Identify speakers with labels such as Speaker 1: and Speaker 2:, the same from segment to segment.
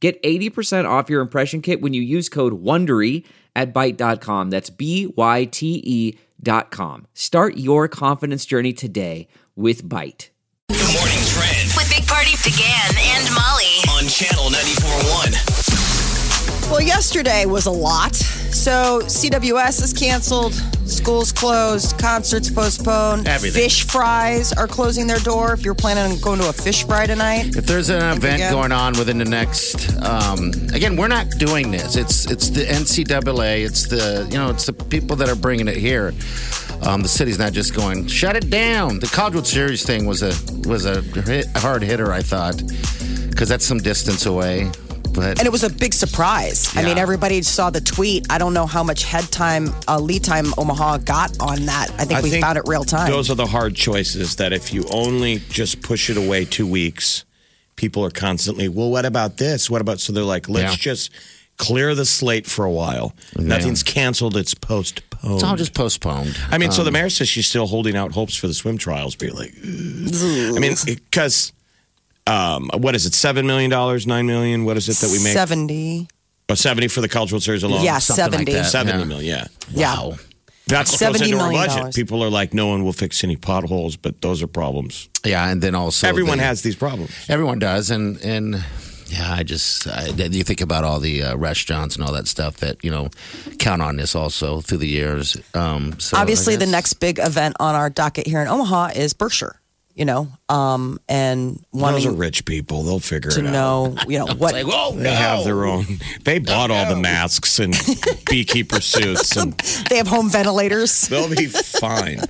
Speaker 1: Get 80% off your impression kit when you use code WONDERY at Byte.com. That's b y t e dot com. Start your confidence journey today with Byte.
Speaker 2: Good morning, Trend
Speaker 3: With Big Party began and Molly.
Speaker 2: on Channel 94.1.
Speaker 4: Well, yesterday was a lot. So CWS is canceled, schools closed, concerts postponed,
Speaker 5: Everything.
Speaker 4: fish fries are closing their door. If you're planning on going to a fish fry tonight,
Speaker 5: If there's an event
Speaker 4: go.
Speaker 5: going on within the next, um, again, we're not doing this. It's it's the NCAA. It's the you know it's the people that are bringing it here. Um, the city's not just going shut it down. The College World Series thing was a was a hit, a hard hitter, I thought, because that's some distance away. But
Speaker 4: and it was a big surprise. I mean,
Speaker 5: Yeah.
Speaker 4: everybody saw the tweet. I don't know how much head time, uh, lead time Omaha got on that. I think we found it real time.
Speaker 6: Those are the hard choices that if you only just push it away two weeks, people are constantly, well, what about this? What about? So they're like, let's
Speaker 5: Yeah.
Speaker 6: just clear the slate for a while. Nothing's canceled, it's postponed.
Speaker 5: it's all just um, postponed.
Speaker 6: I mean, so the mayor says she's still holding out hopes for the swim trials. Be like, ugh. I mean, because um, what is it? Seven million dollars, nine million? What is it that we make?
Speaker 4: seventy.
Speaker 6: Oh, Seventy for the cultural series alone.
Speaker 4: Yeah,
Speaker 5: something
Speaker 4: seventy.
Speaker 5: like that.
Speaker 6: seventy
Speaker 5: Yeah.
Speaker 6: million. Yeah.
Speaker 4: Yeah.
Speaker 5: Wow.
Speaker 6: That's what goes
Speaker 4: $70
Speaker 6: into our
Speaker 4: million.
Speaker 6: budget. People are like, no one will fix any potholes, but those are problems.
Speaker 5: Yeah, and then also
Speaker 6: Everyone
Speaker 5: the-
Speaker 6: has these problems.
Speaker 5: Everyone does, and and yeah, I just I, then you think about all the uh, restaurants and all that stuff that you know count on this also through the years. Um, so I
Speaker 4: Obviously, the
Speaker 5: guess-
Speaker 4: next big event on our docket here in Omaha is Berkshire. You know, um, and
Speaker 6: Those are
Speaker 4: wanting
Speaker 6: rich people. They'll figure
Speaker 4: to
Speaker 6: it out.
Speaker 4: know, you know, what
Speaker 5: like whoa,
Speaker 6: They have their own. They bought all the masks and beekeeper suits, and
Speaker 4: they have home ventilators.
Speaker 6: they'll be fine.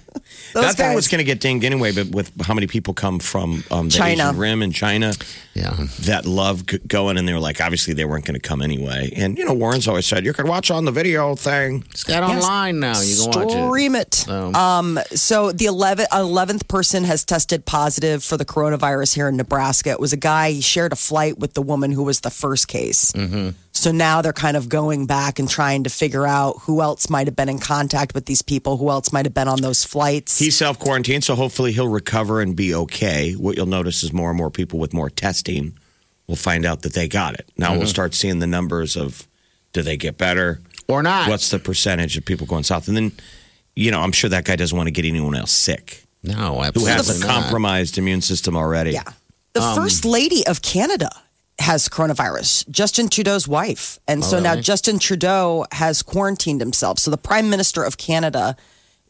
Speaker 4: Those
Speaker 6: that thing
Speaker 4: guys.
Speaker 6: was going to get dinged anyway, but with how many people come from um, the
Speaker 4: China.
Speaker 6: Asian Rim and China
Speaker 5: yeah.
Speaker 6: that love g- going, and they were like, obviously they weren't going to come anyway. And you know, Warren's always said you could watch on the video thing.
Speaker 5: It's got online now. You can watch it.
Speaker 4: Stream it. Um, so the 11th, 11th person has tested positive for the coronavirus here in Nebraska. It was a guy, he shared a flight with the woman who was the first case.
Speaker 5: Mm-hmm.
Speaker 4: So now they're kind of going back and trying to figure out who else might have been in contact with these people, who else might have been on those flights.
Speaker 6: He's self quarantined, so hopefully he'll recover and be okay. What you'll notice is more and more people with more testing will find out that they got it. Now we'll start seeing the numbers of do they get better?
Speaker 5: Or not.
Speaker 6: What's the percentage of people going south? And then, you know, I'm sure that guy doesn't want to get anyone else sick
Speaker 5: no,
Speaker 6: who
Speaker 5: absolutely
Speaker 6: has a
Speaker 5: not.
Speaker 6: compromised immune system already.
Speaker 4: yeah. The first lady of Canada has coronavirus, Justin Trudeau's wife. And so now Justin Trudeau has quarantined himself. So the prime minister of Canada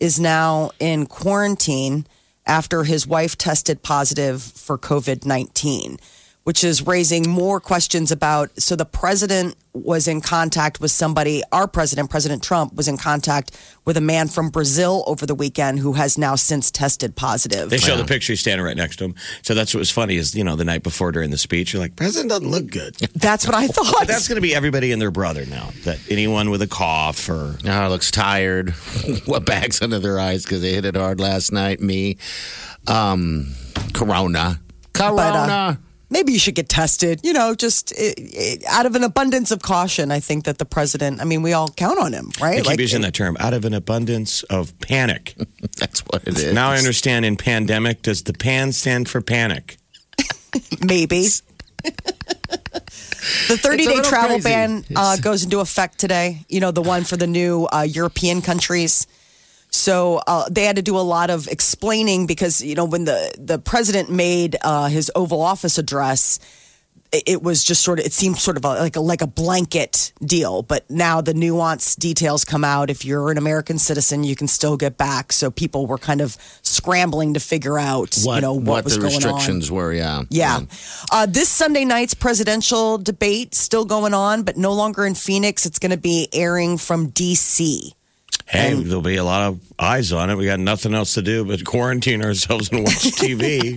Speaker 4: is now in quarantine after his wife tested positive for COVID 19, which is raising more questions about. So the president was in contact with somebody, our president, President Trump, was in contact with a man from Brazil over the weekend who has now since tested positive.
Speaker 6: They show the picture he's standing right next to him. So that's what was funny is, you know, the night before during the speech, you're like, President doesn't look good.
Speaker 4: That's what I thought.
Speaker 6: That's going to be everybody and their brother now. That anyone with a cough or
Speaker 5: Oh, it looks tired. what bags under their eyes because they hit it hard last night. Me, um, Corona, Corona.
Speaker 4: uh, maybe you should get tested. You know, just eh, eh, out of an abundance of caution, I think that the president. I mean, we all count on him,
Speaker 6: I
Speaker 4: right? eh,
Speaker 6: keep using that term out of an abundance of panic.
Speaker 5: That's what it is.
Speaker 6: now I understand in pandemic, does the pan stand for panic?
Speaker 4: maybe. the 30 day
Speaker 5: little
Speaker 4: travel
Speaker 5: crazy.
Speaker 4: ban uh,
Speaker 5: It's-
Speaker 4: goes into effect today. You know, the one for the new uh, European countries. So uh, they had to do a lot of explaining because you know when the the president made uh, his Oval Office address, it, it was just sort of it seemed sort of a, like a like a blanket deal. But now the nuance details come out. If you're an American citizen, you can still get back. So people were kind of scrambling to figure out you know what, was
Speaker 5: the
Speaker 4: going on.
Speaker 5: restrictions were. Yeah,
Speaker 4: Yeah.
Speaker 6: Mm-hmm.
Speaker 4: Uh, this Sunday night's presidential debate still going on, but no longer in Phoenix. It's going to be airing from D.C.
Speaker 6: Hey, there'll be a lot of eyes on it. We got nothing else to do but quarantine ourselves and watch TV.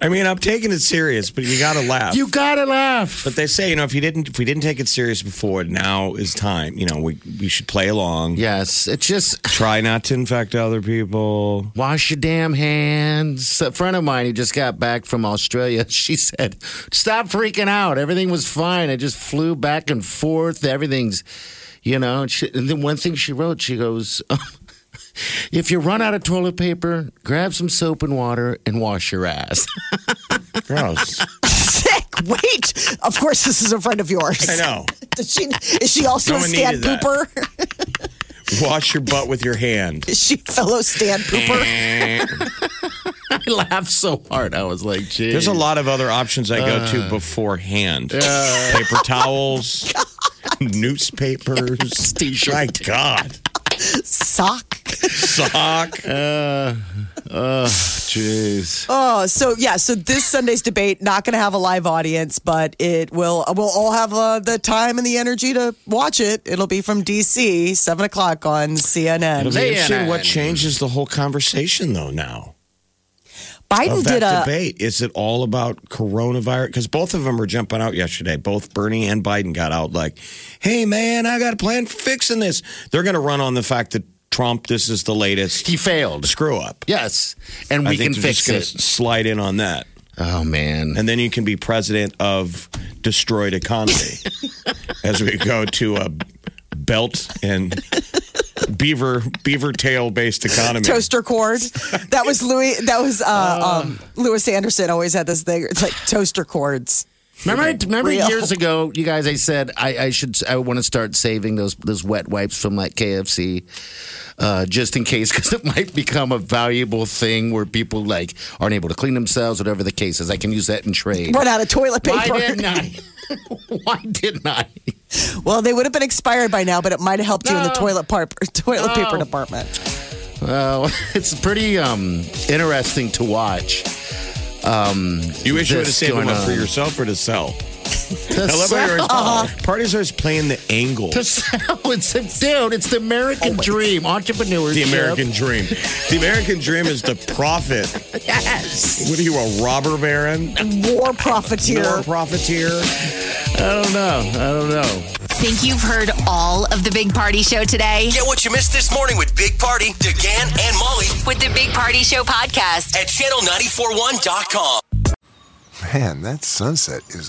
Speaker 6: I, mean, I'm taking it serious, but you got to laugh.
Speaker 5: You gotta laugh.
Speaker 6: but they say, you know, if you didn't, if we didn't take it serious before, now is time. You know, we we should play along.
Speaker 5: Yes, it's just
Speaker 6: Try not to infect other people.
Speaker 5: wash your damn hands. A friend of mine who just got back from Australia, she said, Stop freaking out. Everything was fine. I just flew back and forth. Everything's, you know. And, she, and then one thing she wrote, she goes, If you run out of toilet paper, grab some soap and water and wash your ass.
Speaker 6: Gross.
Speaker 4: Sick. Wait. Of course, this is a friend of yours.
Speaker 6: I know.
Speaker 4: Does she, is she also
Speaker 6: Someone
Speaker 4: a stand
Speaker 6: needed that.
Speaker 4: pooper?
Speaker 6: Wash your butt with your hand.
Speaker 4: Is she a fellow stand pooper?
Speaker 5: I laughed so hard. I was like, Geez.
Speaker 6: There's a lot of other options I go
Speaker 5: Uh.
Speaker 6: to beforehand. Paper towels, newspapers,
Speaker 5: T-shirt.
Speaker 6: My God,
Speaker 4: Sock.
Speaker 6: sock.
Speaker 5: Uh, Jeez.
Speaker 4: Oh, so yeah, so this Sunday's debate not going to have a live audience, but it will. We'll all have uh, the time and the energy to watch it. It'll be from DC, seven o'clock on CNN.
Speaker 6: It'll be interesting
Speaker 5: Man.
Speaker 6: what changes the whole conversation though now
Speaker 4: Biden
Speaker 6: of that
Speaker 4: did uh, a
Speaker 6: debate. Is it all about coronavirus? Because both of them were jumping out yesterday. Both Bernie and Biden got out like, "Hey man, I got a plan for fixing this." They're going to run on the fact that Trump. This is the latest
Speaker 5: He failed.
Speaker 6: screw up.
Speaker 5: Yes. And we
Speaker 6: I think
Speaker 5: can
Speaker 6: they're
Speaker 5: fix
Speaker 6: just gonna
Speaker 5: it.
Speaker 6: Slide in on that.
Speaker 5: Oh, man.
Speaker 6: and then you can be president of destroyed economy as we go to a belt and beaver beaver tail based economy.
Speaker 4: toaster cord. That was Louis. That was uh, um, Louis Anderson. Always had this thing. It's like toaster cords.
Speaker 5: Remember, I, remember
Speaker 4: Real.
Speaker 5: years ago, you guys. I said I, I should. I want to start saving those those wet wipes from like KFC, uh, just in case, because it might become a valuable thing where people like aren't able to clean themselves, whatever the case is. I can use that in trade.
Speaker 4: Run out of toilet
Speaker 5: Why
Speaker 4: paper.
Speaker 5: didn't I? Why didn't I?
Speaker 4: Well, they would have been expired by now, but it might have helped you in the
Speaker 5: No.
Speaker 4: toilet par- toilet paper
Speaker 5: No.
Speaker 4: department.
Speaker 5: Well, it's pretty um, interesting to watch.
Speaker 6: you wish you would have
Speaker 5: This
Speaker 6: saved
Speaker 5: going
Speaker 6: one for
Speaker 5: on.
Speaker 6: yourself or to sell.
Speaker 5: To
Speaker 6: I love how
Speaker 5: sell,
Speaker 6: you're always- parties are always playing the angle.
Speaker 5: to sell. It's a, dude. It's the American dream, entrepreneurship.
Speaker 6: The American dream. The American dream is the profit.
Speaker 5: Yes.
Speaker 6: What are you, a robber baron?
Speaker 4: War profiteer.
Speaker 6: Or a profiteer?
Speaker 5: I don't know. I don't know.
Speaker 3: Think you've heard all of the Big Party Show today?
Speaker 2: Get what you missed this morning with Big Party, DeGan, and Molly
Speaker 3: With the Big Party Show podcast.
Speaker 2: at channel941.com.
Speaker 7: Man, that sunset is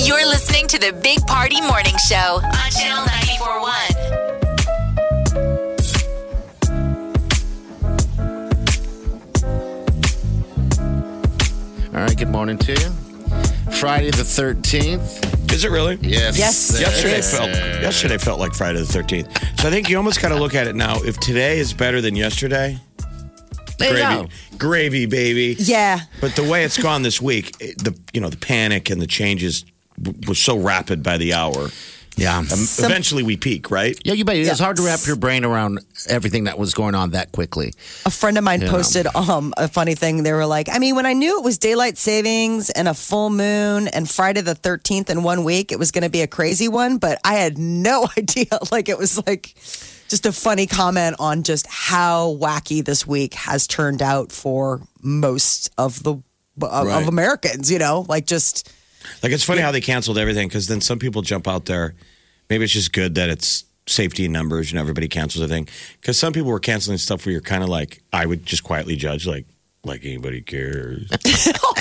Speaker 3: You're listening to the Big Party Morning Show on Channel 941.
Speaker 5: All right, good morning to you. Friday the 13th.
Speaker 6: Is it really?
Speaker 5: Yes.
Speaker 4: Yes.
Speaker 5: sir.
Speaker 6: Yesterday felt yesterday felt like Friday the thirteenth. So I think you almost gotta look at it now. If today is better than yesterday,
Speaker 5: There you
Speaker 6: gravy,
Speaker 5: go.
Speaker 6: gravy, baby.
Speaker 4: Yeah.
Speaker 6: But the way it's gone this week, it- the you know the panic and the changes w- was so rapid by the hour.
Speaker 5: Yeah.
Speaker 6: Eventually, we peak, right?
Speaker 5: yeah, you bet. It's
Speaker 4: Yeah.
Speaker 5: hard to wrap your brain around everything that was going on that quickly.
Speaker 4: A friend of mine
Speaker 5: Yeah.
Speaker 4: posted um, a funny thing. They were like, I mean, when I knew it was daylight savings and a full moon and Friday the 13th in one week, it was going to be a crazy one, but I had no idea. Like, it was like just a funny comment on just how wacky this week has turned out for most of the. Of,
Speaker 6: Right.
Speaker 4: of Americans, you know, like just
Speaker 6: Like it's funny how they canceled everything because then some people jump out there Maybe it's just good that it's safety in numbers. You know, everybody cancels a thing because some people were canceling stuff where you're kind of like, I would just quietly judge, like, like anybody cares.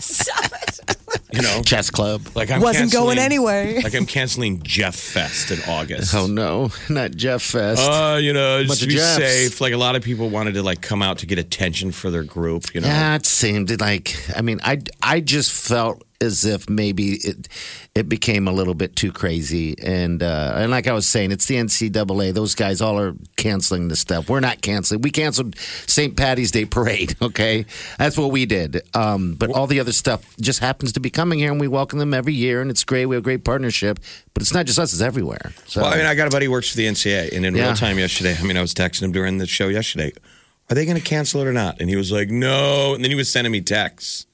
Speaker 6: you know,
Speaker 5: Chess club.
Speaker 6: like I
Speaker 4: Oh, Wasn't going anyway.
Speaker 6: Like I'm canceling Jeff Fest in August.
Speaker 5: Oh no, not Jeff Fest.
Speaker 6: Uh, you know, just
Speaker 5: Bunch
Speaker 6: to
Speaker 5: of
Speaker 6: be
Speaker 5: Jeffs.
Speaker 6: safe. Like a lot of people wanted to like come out to get attention for their group. You know,
Speaker 5: Yeah, it seemed like I mean, I I just felt as if maybe it it became a little bit too crazy, and uh, and like I was saying, it's the NCAA. Those guys all are canceling this stuff. We're not canceling. We canceled St. Patty's Day parade. Okay, that's what we did. Um, but all the other stuff just happens to be coming here, and we welcome them every year, and it's great. We have a great partnership, but it's not just us; it's everywhere. So
Speaker 6: Well, I mean, I got a buddy who works for the NCAA, and in
Speaker 5: Uh, Yeah.
Speaker 6: real time yesterday, I mean, I was texting him during the show yesterday. Are they going to cancel it or not? And he was like, "No." And then he was sending me texts.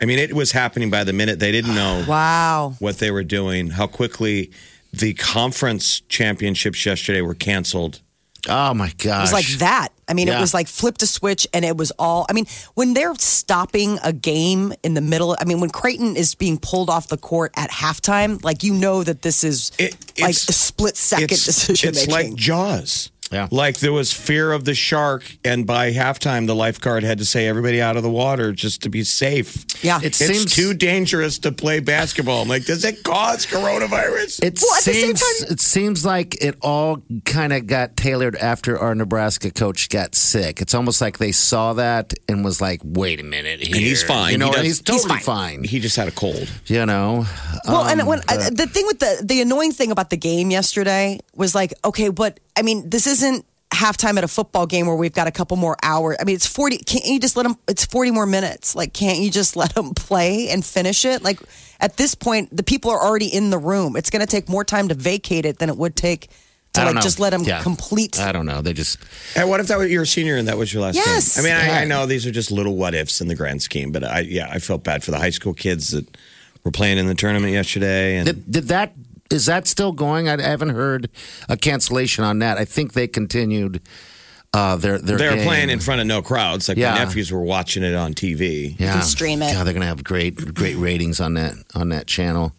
Speaker 6: I mean, it was happening by the minute. They didn't know
Speaker 4: Wow.
Speaker 6: what they were doing, how quickly the conference championships yesterday were canceled.
Speaker 5: oh my
Speaker 4: It
Speaker 5: gosh,
Speaker 4: was like that. I mean, it
Speaker 5: Yeah.
Speaker 4: was like flipped a switch and it was all. I mean, when they're stopping a game in the middle, I mean, when Creighton is being pulled off the court at halftime, like you know that this is
Speaker 6: It-
Speaker 4: like
Speaker 6: it's-
Speaker 4: a split second
Speaker 6: it's,
Speaker 4: decision
Speaker 6: It's like
Speaker 4: making.
Speaker 6: Jaws.
Speaker 5: Yeah.
Speaker 6: Like there was fear of the shark, and by halftime, the lifeguard had to say everybody out of the water just to be safe.
Speaker 4: yeah.
Speaker 5: It's-
Speaker 6: It's
Speaker 5: Seems-
Speaker 6: too dangerous to play basketball. I'm like, does it cause coronavirus?
Speaker 5: It
Speaker 4: Well, at the same
Speaker 5: seems
Speaker 4: time-
Speaker 5: it seems like it all kind of got tailored after our Nebraska coach got sick. It's almost like they saw that and was like, "Wait a minute, here.
Speaker 6: he's fine.
Speaker 5: You know,
Speaker 6: He
Speaker 5: and
Speaker 6: does-
Speaker 5: he's totally fine.
Speaker 6: he just had a cold.
Speaker 5: You know,
Speaker 4: Well,
Speaker 5: Um,
Speaker 4: and when I, the thing with the the annoying thing about the game yesterday was like, okay, but I mean, this isn't halftime at a football game where we've got a couple more hours. I mean, it's forty. Can't you just let them? It's forty more minutes. Like, can't you just let them play and finish it? Like, at this point, the people are already in the room. It's going to take more time to vacate it than it would take to
Speaker 5: I
Speaker 4: like
Speaker 5: don't know.
Speaker 4: just let them
Speaker 5: Yeah. Uh,
Speaker 4: complete.
Speaker 5: I don't know. They just
Speaker 6: And what if that was your senior and that was your last
Speaker 4: Yes.
Speaker 6: game? I mean, I, I
Speaker 5: Yeah.
Speaker 6: know these are just little what ifs in the grand scheme, but I yeah, I felt bad for the high school kids that were playing in the tournament yesterday. And
Speaker 5: did, did that. Is that still going? I haven't heard a cancellation on that. I think they continued uh, their their.
Speaker 6: they were
Speaker 5: game.
Speaker 6: playing in front of no crowds. Like
Speaker 5: Yeah.
Speaker 6: my nephews were watching it on TV.
Speaker 5: Yeah.
Speaker 4: can stream it.
Speaker 5: Yeah, they're gonna have great great ratings on that on that channel.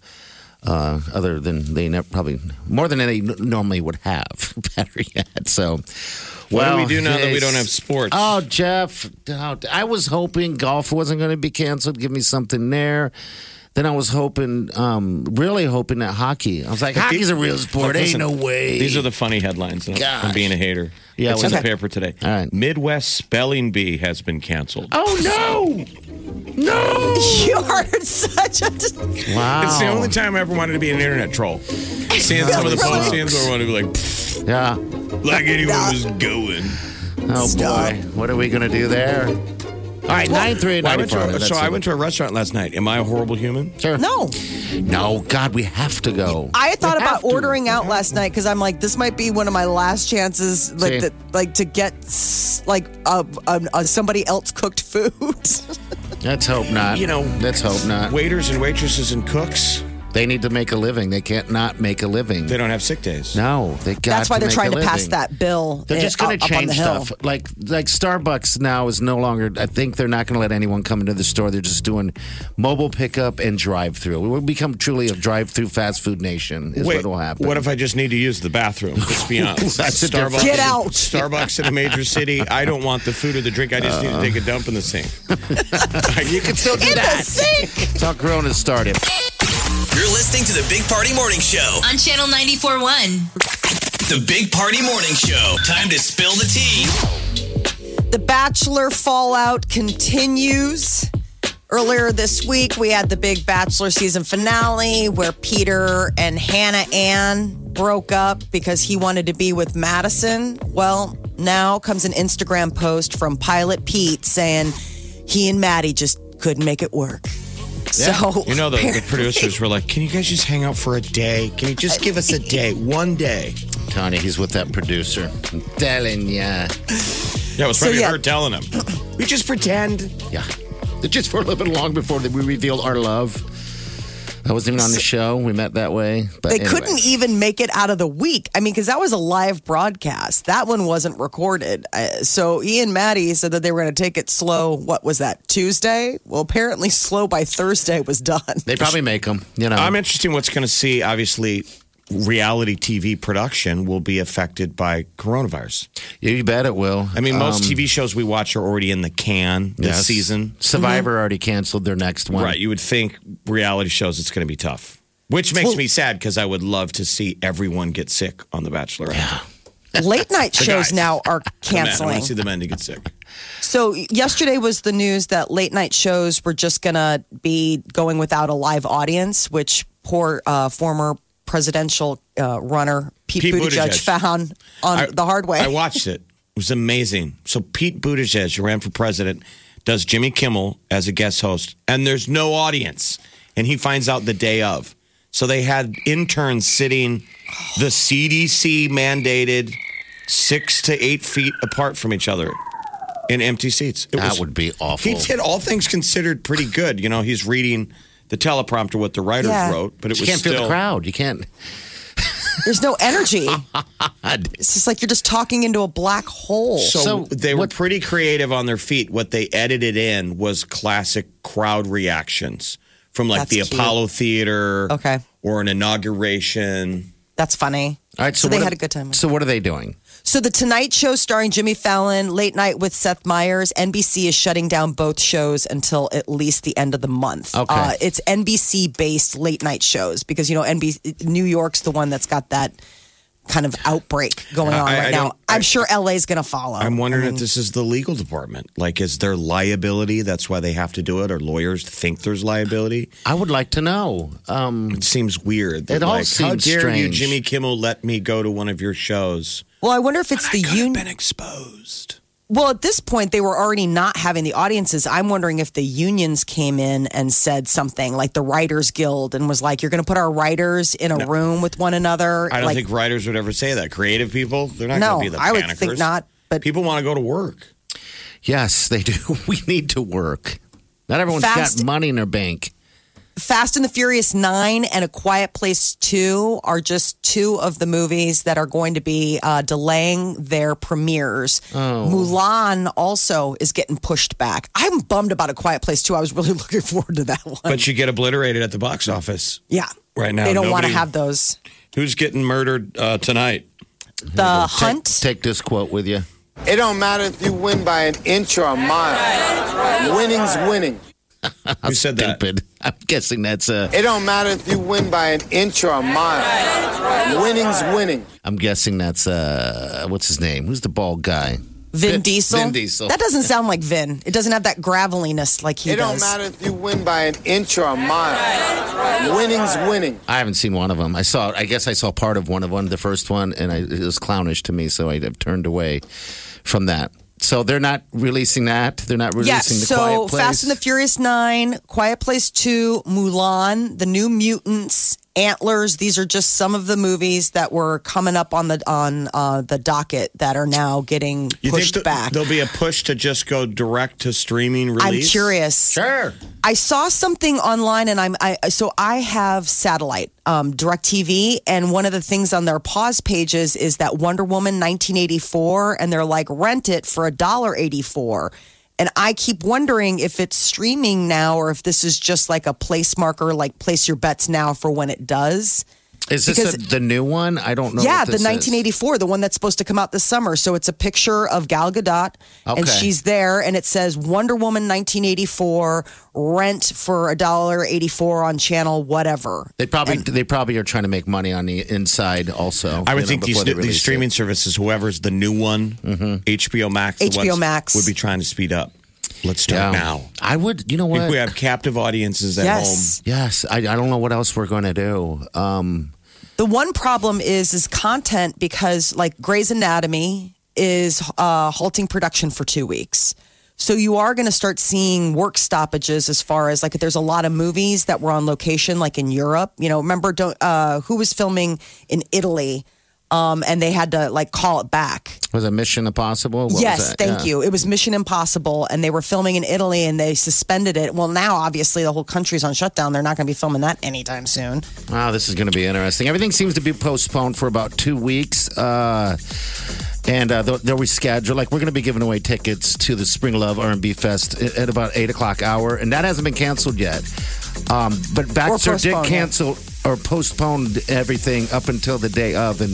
Speaker 5: Uh, other than they never, probably more than they n- normally would have. Better yet, so.
Speaker 6: What do
Speaker 5: well,
Speaker 6: we do now that we
Speaker 5: it's-
Speaker 6: don't have sports?
Speaker 5: Oh, Jeff, oh, I was hoping golf wasn't going to be canceled. Give me something there. Then I was hoping, um, really hoping that hockey. I was like, hockey's a real sport.
Speaker 6: Look,
Speaker 5: Ain't
Speaker 6: listen,
Speaker 5: no way.
Speaker 6: These are the funny headlines. and I'm- I'm
Speaker 5: Gosh.
Speaker 6: being a hater.
Speaker 5: Yeah,
Speaker 6: it's
Speaker 5: what
Speaker 6: in
Speaker 5: is
Speaker 6: the
Speaker 5: it?
Speaker 6: paper today.
Speaker 5: All right.
Speaker 6: Midwest spelling bee has been canceled.
Speaker 5: oh no, no!
Speaker 4: You are such a.
Speaker 5: Wow,
Speaker 6: It's the only time I ever wanted to be an internet troll. Seeing some of the
Speaker 4: Really?
Speaker 6: postings where I wanted to be like,
Speaker 5: yeah.
Speaker 6: like anyone was going.
Speaker 5: Oh
Speaker 4: Stop.
Speaker 5: boy, what are we gonna do there? All right, nine three
Speaker 6: Well,
Speaker 5: nine
Speaker 6: I went to
Speaker 5: four.
Speaker 6: a, so I went to a restaurant last night. Am I a horrible human?
Speaker 5: Sure.
Speaker 4: No.
Speaker 5: no, God, we have to go.
Speaker 4: I had thought
Speaker 5: We
Speaker 4: about
Speaker 5: have to.
Speaker 4: ordering out
Speaker 5: Mm-hmm.
Speaker 4: last night because I'm like, this might be one of my last chances, like,
Speaker 5: See.
Speaker 4: that, like to get s- like a, a, a somebody else cooked food.
Speaker 5: Let's hope not.
Speaker 6: You know-
Speaker 5: let's hope not.
Speaker 6: Waiters and waitresses and cooks,
Speaker 5: They need to make a living. They can't not make a living.
Speaker 6: they don't have sick days.
Speaker 5: no, they got.
Speaker 4: That's why
Speaker 5: to
Speaker 4: they're
Speaker 5: make
Speaker 4: trying
Speaker 5: a
Speaker 4: to pass
Speaker 5: living.
Speaker 4: that bill.
Speaker 5: They're
Speaker 4: eh,
Speaker 5: just going
Speaker 4: up-
Speaker 5: to
Speaker 4: up on
Speaker 5: change
Speaker 4: the hill.
Speaker 5: stuff. Like like Starbucks now is no longer. I think they're not going to let anyone come into the store. They're just doing mobile pickup and drive through. We will become truly a drive through fast food nation. Is what will happen.
Speaker 6: what if I just need to use the bathroom? Let's be honest.
Speaker 5: That's a different-
Speaker 4: Get out.
Speaker 6: Starbucks in a major city. I don't want the food or the drink. I just need to take a dump in the sink. you can still
Speaker 4: In the sink.
Speaker 5: That's how Corona started.
Speaker 2: You're listening to the Big Party Morning Show.
Speaker 3: On Channel 94.1.
Speaker 2: The Big Party Morning Show. Time to spill the tea.
Speaker 4: The Bachelor fallout continues. Earlier this week, we had the big Bachelor season finale where Peter and Hannah Ann broke up because he wanted to be with Madison. Well, now comes an Instagram post from Pilot Pete saying he and Maddie just couldn't make it work. So,
Speaker 6: You know, the, the producers were like, can you guys just hang out for a day? Can you just give us a day? One day.
Speaker 5: Tony, he's with that producer. I'm telling ya.
Speaker 6: Yeah, it was
Speaker 4: So,
Speaker 6: probably
Speaker 4: yeah.
Speaker 6: her telling him. We just pretend.
Speaker 5: Yeah. Just for a little bit long before that we revealed our love. I wasn't even on the show. We met that way. But
Speaker 4: they
Speaker 5: anyway.
Speaker 4: couldn't even make it out of the week. I mean, because that was a live broadcast. That one wasn't recorded. Uh, so Ian Maddie said that they were going to take it slow. What was that Tuesday? Well, apparently slow by Thursday was done.
Speaker 5: They probably make them, you know.
Speaker 6: I'm interested in what's going to see, obviously, reality TV production will be affected by coronavirus.
Speaker 5: Yeah, you bet it will.
Speaker 6: I mean, most
Speaker 5: Um,
Speaker 6: TV shows we watch are already in the can this
Speaker 5: yes.
Speaker 6: season.
Speaker 5: Survivor already canceled their next one.
Speaker 6: Right. You would think reality shows it's going to be tough, which makes me sad because I would love to see everyone get sick on The Bachelorette.
Speaker 4: Late night shows
Speaker 6: guys.
Speaker 4: now are
Speaker 6: The men. I want
Speaker 4: canceling.
Speaker 6: to see the men to get sick.
Speaker 4: So yesterday was the news that late night shows were just gonna be going without a live audience, which poor uh, former presidential uh, runner Pete,
Speaker 6: Pete
Speaker 4: Buttigieg,
Speaker 6: Buttigieg.
Speaker 4: found on the hard way.
Speaker 6: I watched it. It was amazing. So Pete Buttigieg, who ran for president, does Jimmy Kimmel as a guest host, and there's no audience. And he finds out the day of. So they had interns sitting the CDC mandated six to eight feet apart from each other in empty seats. It
Speaker 5: That
Speaker 6: was-
Speaker 5: would be awful.
Speaker 6: He did all things considered pretty good. You know, he's reading the teleprompter what the writers
Speaker 4: Yeah.
Speaker 6: wrote, but it
Speaker 5: You
Speaker 6: was
Speaker 5: can't
Speaker 6: still
Speaker 5: feel the crowd. You can't.
Speaker 4: There's no energy. It's just like you're just talking into a black hole.
Speaker 6: So,
Speaker 5: So
Speaker 6: they were
Speaker 5: what-
Speaker 6: pretty creative on their feet. What they edited in was classic crowd reactions from like
Speaker 4: That's
Speaker 6: the
Speaker 4: cute.
Speaker 6: Apollo Theater,
Speaker 4: Okay.
Speaker 6: or an inauguration.
Speaker 4: That's funny.
Speaker 5: All right, so,
Speaker 4: they
Speaker 5: what
Speaker 4: had
Speaker 5: are-
Speaker 4: a good time.
Speaker 5: So what are they doing?
Speaker 4: So the Tonight Show starring Jimmy Fallon, Late Night with Seth Meyers, NBC is shutting down both shows until at least the end of the month.
Speaker 5: Okay.
Speaker 4: Uh, it's NBC based late night shows because you know NBC New York's the one that's got that kind of outbreak going on
Speaker 6: I-
Speaker 4: right
Speaker 6: I
Speaker 4: now.
Speaker 6: don't-
Speaker 4: I'm
Speaker 6: I-
Speaker 4: sure LA's going to follow.
Speaker 6: I'm wondering
Speaker 4: Um,
Speaker 6: if this is the legal department. Like, is there liability? That's why they have to do it, or lawyers think there's liability.
Speaker 5: I would like to know. Um,
Speaker 6: It seems weird. that,
Speaker 5: It all
Speaker 6: like, how
Speaker 5: seems
Speaker 6: dare you,
Speaker 5: strange.
Speaker 6: Jimmy Kimmel, let me go to one of your shows?
Speaker 4: well, I wonder if it's the union.
Speaker 6: exposed.
Speaker 4: Well, at this point, they were already not having the audiences. I'm wondering if the unions came in and said something like the Writers Guild and was like, "You're going to put our writers in a room with one another."
Speaker 6: I don't
Speaker 4: like,
Speaker 6: think writers would ever say that. Creative people, they're not
Speaker 4: No,
Speaker 6: going to be the
Speaker 4: I would
Speaker 6: panickers.
Speaker 4: think not, but-
Speaker 6: people want to go to work.
Speaker 5: yes, they do. We need to work. Not everyone's
Speaker 4: Fast-
Speaker 5: got money in their bank.
Speaker 4: Fast and the Furious 9 and A Quiet Place 2 are just two of the movies that are going to be uh, delaying their premieres.
Speaker 6: Oh.
Speaker 4: Mulan also is getting pushed back. I'm bummed about A Quiet Place 2. I was really looking forward to that one.
Speaker 6: But you get obliterated at the box office.
Speaker 4: yeah.
Speaker 6: Right now,
Speaker 4: They don't want to
Speaker 6: nobody-
Speaker 4: have those.
Speaker 6: Who's getting murdered uh, tonight?
Speaker 4: The Hunt.
Speaker 5: Take this quote with you.
Speaker 7: It don't matter if you win by an inch or a mile. Winning's winning.
Speaker 6: Who said that?
Speaker 5: Stupid. I'm guessing that's uh, a.
Speaker 7: It don't matter if you win by an inch or a mile. Winning's winning.
Speaker 5: I'm guessing that's a. What's his name? Who's the bald guy?
Speaker 4: Vin
Speaker 5: Vin-
Speaker 4: Diesel.
Speaker 5: Vin Diesel.
Speaker 4: That doesn't sound like Vin. It doesn't have that graveliness like he
Speaker 7: It don't
Speaker 4: does.
Speaker 7: matter if you win by an inch or a mile. Winning's winning.
Speaker 5: I haven't seen one of them. I saw. I guess I saw part of one of one, the first one, and I, it was clownish to me, so I have turned away from that. So they're not releasing that. They're not releasing
Speaker 4: Yeah,
Speaker 5: the
Speaker 4: so
Speaker 5: Quiet Place.
Speaker 4: Fast and the Furious 9, Quiet Place 2, Mulan, The New Mutants, Antlers. These are just some of the movies that were coming up on the on uh, the docket that are now getting pushed
Speaker 6: th-
Speaker 4: back.
Speaker 6: there'll be a push to just go direct to streaming
Speaker 4: I'm
Speaker 6: release?
Speaker 4: curious.
Speaker 5: Sure.
Speaker 4: I saw something online, and I'm I so I have satellite, um, Directv, and one of the things on their pause pages is that Wonder Woman 1984, and they're like rent it for a dollar eighty four, and I keep wondering if it's streaming now or if this is just like a place marker, like place your bets now for when it does.
Speaker 5: Is this
Speaker 4: Because-
Speaker 5: a, the new one? I don't know.
Speaker 4: Yeah,
Speaker 5: Oh, what
Speaker 4: the
Speaker 5: this is.
Speaker 4: 1984, the one that's supposed to come out this summer. So it's a picture of Gal Gadot, and
Speaker 5: Okay.
Speaker 4: she's there, and it says Wonder Woman 1984, rent for a dollar eighty four on channel whatever.
Speaker 5: They probably they probably are trying to make money on the inside also. you
Speaker 6: I would
Speaker 5: know,
Speaker 6: think these,
Speaker 5: before they
Speaker 6: these
Speaker 5: release it.
Speaker 6: streaming
Speaker 5: Mm-hmm.
Speaker 6: services, whoever's the new one, HBO Max, the
Speaker 4: HBO
Speaker 6: ones
Speaker 4: Max.
Speaker 6: would be trying to speed up. Let's start now.
Speaker 5: I would. You know
Speaker 6: I
Speaker 5: what?
Speaker 6: think we have captive audiences at
Speaker 4: Yes.
Speaker 5: yes. I, I don't know what else we're going to do. Um,
Speaker 4: The one problem is is content because like Grey's Anatomy is uh, halting production for two weeks. So you are going to start seeing work stoppages as far as like there's a lot of movies that were on location like in Europe. You know, remember don't, uh, who was filming in Italy, um, and they had to like call it back.
Speaker 5: was it Mission Impossible? What was
Speaker 4: yes,
Speaker 5: that?
Speaker 4: thank
Speaker 5: Yeah.
Speaker 4: you. It was Mission Impossible, and they were filming in Italy, and they suspended it. Well, now obviously the whole country's on shutdown. They're not going to be filming that anytime soon.
Speaker 5: Wow, Ah, this is going to be interesting. Everything seems to be postponed for about two weeks. Uh, and uh, they'll, they'll reschedule. Like we're going to be giving away tickets to the Spring Love R and B Fest at, at about eight o'clock hour, and that hasn't been canceled yet. Um, but Baxter did
Speaker 4: postponed, yeah.
Speaker 5: cancel or postponed everything up until the day of, and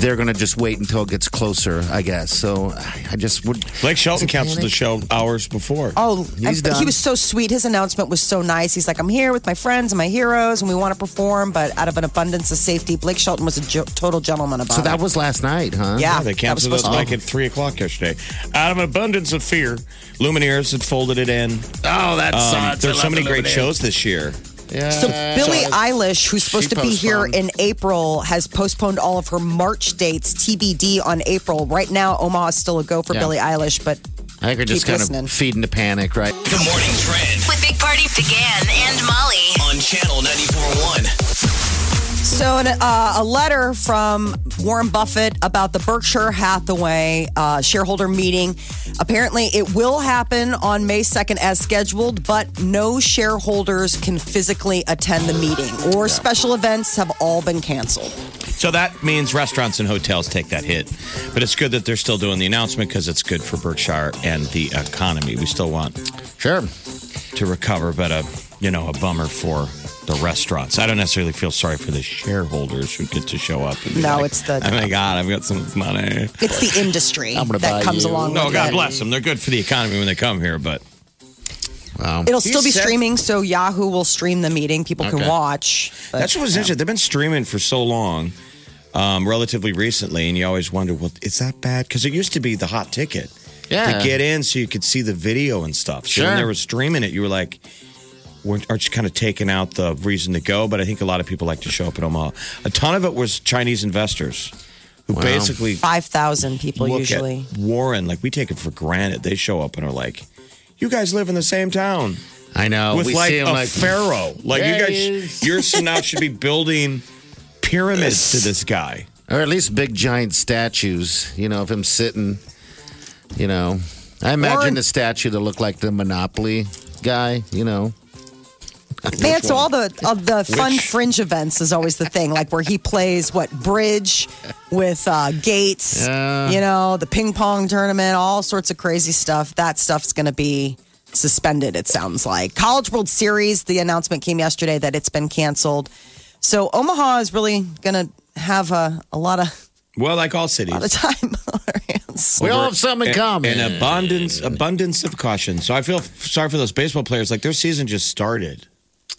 Speaker 5: they're going to just wait until it gets closer, I guess. So I I just would.
Speaker 6: Blake Shelton canceled the show hours before.
Speaker 4: Oh,
Speaker 5: He's
Speaker 4: I-
Speaker 5: done.
Speaker 4: he was so sweet. His announcement was so nice. He's like, I'm here with my friends and my heroes, and we want to perform, but out of an abundance of safety, Blake Shelton was a jo- total gentleman about
Speaker 5: So that
Speaker 4: it.
Speaker 5: was last night, huh?
Speaker 4: yeah,
Speaker 6: they
Speaker 4: that was
Speaker 6: canceled it
Speaker 4: supposed to
Speaker 6: like at three o'clock yesterday. Out of abundance of fear, Lumineers had folded it in.
Speaker 5: Oh, that
Speaker 6: Um,
Speaker 5: sucks. I
Speaker 6: there's so
Speaker 5: love
Speaker 6: many
Speaker 5: the
Speaker 6: great
Speaker 5: lemonade.
Speaker 6: shows this year.
Speaker 5: Yeah.
Speaker 4: So Billie Eilish, who's
Speaker 5: She
Speaker 4: supposed to be here
Speaker 5: postponed.
Speaker 4: in April, has postponed all of her March dates, TBD on April. Right now, Omaha's still a go for
Speaker 5: Yeah.
Speaker 4: Billie Eilish, but
Speaker 5: I think we're just
Speaker 4: Keep
Speaker 5: kind
Speaker 4: listening.
Speaker 5: of feeding the panic, right?
Speaker 2: Good morning, trend
Speaker 3: With Big Party began and Molly.
Speaker 2: on channel 94.1.
Speaker 4: So, in a, uh, a letter from Warren Buffett about the Berkshire Hathaway uh, shareholder meeting. Apparently, it will happen on May 2nd as scheduled, but no shareholders can physically attend the meeting, or special events have all been canceled.
Speaker 6: So that means restaurants and hotels take that hit. But it's good that they're still doing the announcement because it's good for Berkshire and the economy. We still want
Speaker 5: Sure.
Speaker 6: to recover, but a you know a bummer for the restaurants. I don't necessarily feel sorry for the shareholders who get to show up. And be
Speaker 4: No,
Speaker 6: like,
Speaker 4: it's the-
Speaker 6: oh my god, I've got some money.
Speaker 4: It's the industry
Speaker 5: I'm gonna
Speaker 4: that
Speaker 5: buy
Speaker 4: comes
Speaker 5: you.
Speaker 4: along
Speaker 6: No,
Speaker 4: with
Speaker 6: God
Speaker 4: it.
Speaker 6: bless them. They're good for the economy when they come here, but
Speaker 5: Wow.
Speaker 4: It'll still be
Speaker 6: said-
Speaker 4: streaming, so Yahoo will stream the meeting. People
Speaker 5: Okay.
Speaker 4: can watch. but-
Speaker 6: That's what was interesting. They've been streaming for so long, um, relatively recently, and you always wonder, well, is that bad? Because it used to be the hot ticket
Speaker 5: Yeah.
Speaker 6: to get in, so you could see the video and stuff. So when
Speaker 5: Sure.
Speaker 6: they were streaming it, you were like, "We're aren't you kind of taking out the reason to go?" But I think a lot of people like to show up at Omaha. A ton of it was Chinese investors who
Speaker 5: Wow.
Speaker 6: basically
Speaker 4: 5,000 people
Speaker 6: look
Speaker 4: usually.
Speaker 6: at Warren like we take it for granted. They show up and are like. You guys live in the same town
Speaker 5: I know.
Speaker 6: with
Speaker 5: Oh, we
Speaker 6: like
Speaker 5: see
Speaker 6: a
Speaker 5: him like
Speaker 6: pharaoh. Like you
Speaker 5: There
Speaker 6: guys,
Speaker 5: he is.
Speaker 6: you're so now should be building pyramids to this guy.
Speaker 5: or at least big giant statues, you know, of him sitting, you know. I imagine the statue to look like the Monopoly guy, you know.
Speaker 4: Man, so all the all the fun
Speaker 6: Which-
Speaker 4: fringe events is always the thing, like where he plays what bridge with uh, Gates,
Speaker 5: Yeah.
Speaker 4: you know, the ping pong tournament, all sorts of crazy stuff. That stuff's going to be suspended. It sounds like College World Series. The announcement came yesterday that it's been canceled. So Omaha is really going to have a, a lot of
Speaker 6: Well, like all cities,
Speaker 4: lot of time on our hands.
Speaker 5: We all have something in common.
Speaker 6: an abundance abundance of caution. So I feel f- sorry for those baseball players. Like their season just started.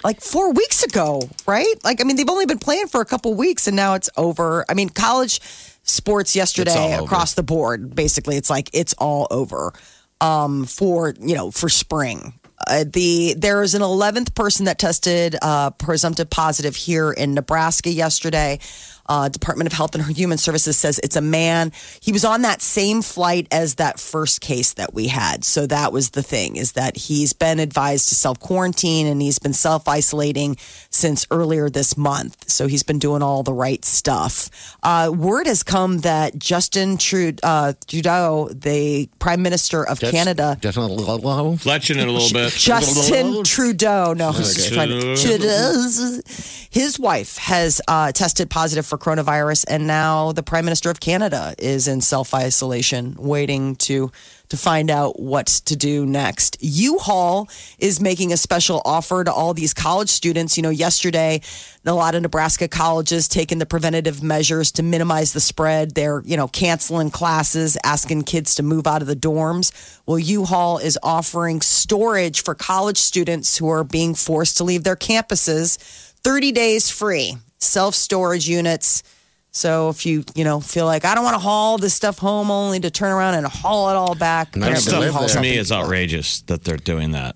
Speaker 4: like four weeks ago, right? Like, I mean, they've only been playing for a couple weeks and now it's over. I mean, college sports yesterday
Speaker 6: all over.
Speaker 4: across the board, basically, it's like it's all over um, for, you know, for spring. Uh, the there is an 11th person that tested uh, presumptive positive here in Nebraska yesterday. Uh, Department of Health and Human Services says it's a man. He was on that same flight as that first case that we had. So that was the thing is that he's been advised to self quarantine and he's been self isolating since earlier this month. So he's been doing all the right stuff. Uh, word has come that Justin Trude- uh, Trudeau, the Prime Minister of Canada,
Speaker 5: Definitely.
Speaker 6: Fletching it a little bit.
Speaker 4: Justin Trudeau. No, he's just trying to- Trudeau. His wife has uh, tested positive for coronavirus, and now the Prime Minister of Canada is in self isolation, waiting to to find out what to do next. U-Haul is making a special offer to all these college students. You know, yesterday, a lot of Nebraska colleges taking the preventative measures to minimize the spread. They're, you know, canceling classes, asking kids to move out of the dorms. Well, U-Haul is offering storage for college students who are being forced to leave their campuses 30 days free, self-storage units. So if you, you know, feel like I don't want to haul this stuff home only to turn around and haul it all back.
Speaker 5: Nice
Speaker 4: apparently
Speaker 5: live
Speaker 6: Stuff
Speaker 4: U-Haul's
Speaker 5: there.
Speaker 6: to
Speaker 4: helping
Speaker 6: me is outrageous that they're doing that.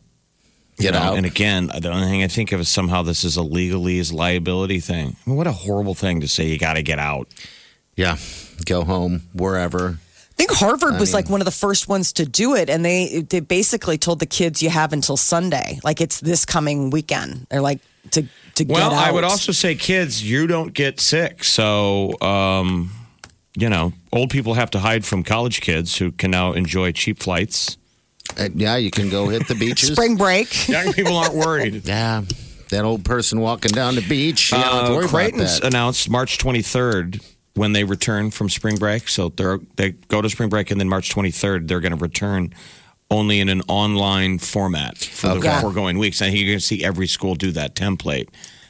Speaker 5: Get
Speaker 6: know,
Speaker 5: out.
Speaker 6: And again, the only thing I think of is somehow this is a legalese liability thing. I mean, what a horrible thing to say. You got to get out.
Speaker 5: Yeah. Go home, wherever.
Speaker 4: I think Harvard was like one of the first ones to do it, and they they basically told the kids you have until Sunday, like it's this coming weekend. They're like to to
Speaker 6: Well,
Speaker 4: get out.
Speaker 6: I would also say, kids, you don't get sick. So, um, you know, old people have to hide from college kids who can now enjoy cheap flights.
Speaker 5: Uh, yeah, you can go hit the beaches.
Speaker 4: spring break.
Speaker 6: Young people aren't worried.
Speaker 5: Yeah. That old person walking down the beach. You don't have to worry
Speaker 6: Uh,
Speaker 5: about
Speaker 6: Creighton's
Speaker 5: that.
Speaker 6: announced March 23rd when they return from spring break. So they're, they go to spring break, and then March 23rd, they're going to return only in an online format for the
Speaker 4: Okay.
Speaker 6: foregoing weeks. And you're going to see every school do that template.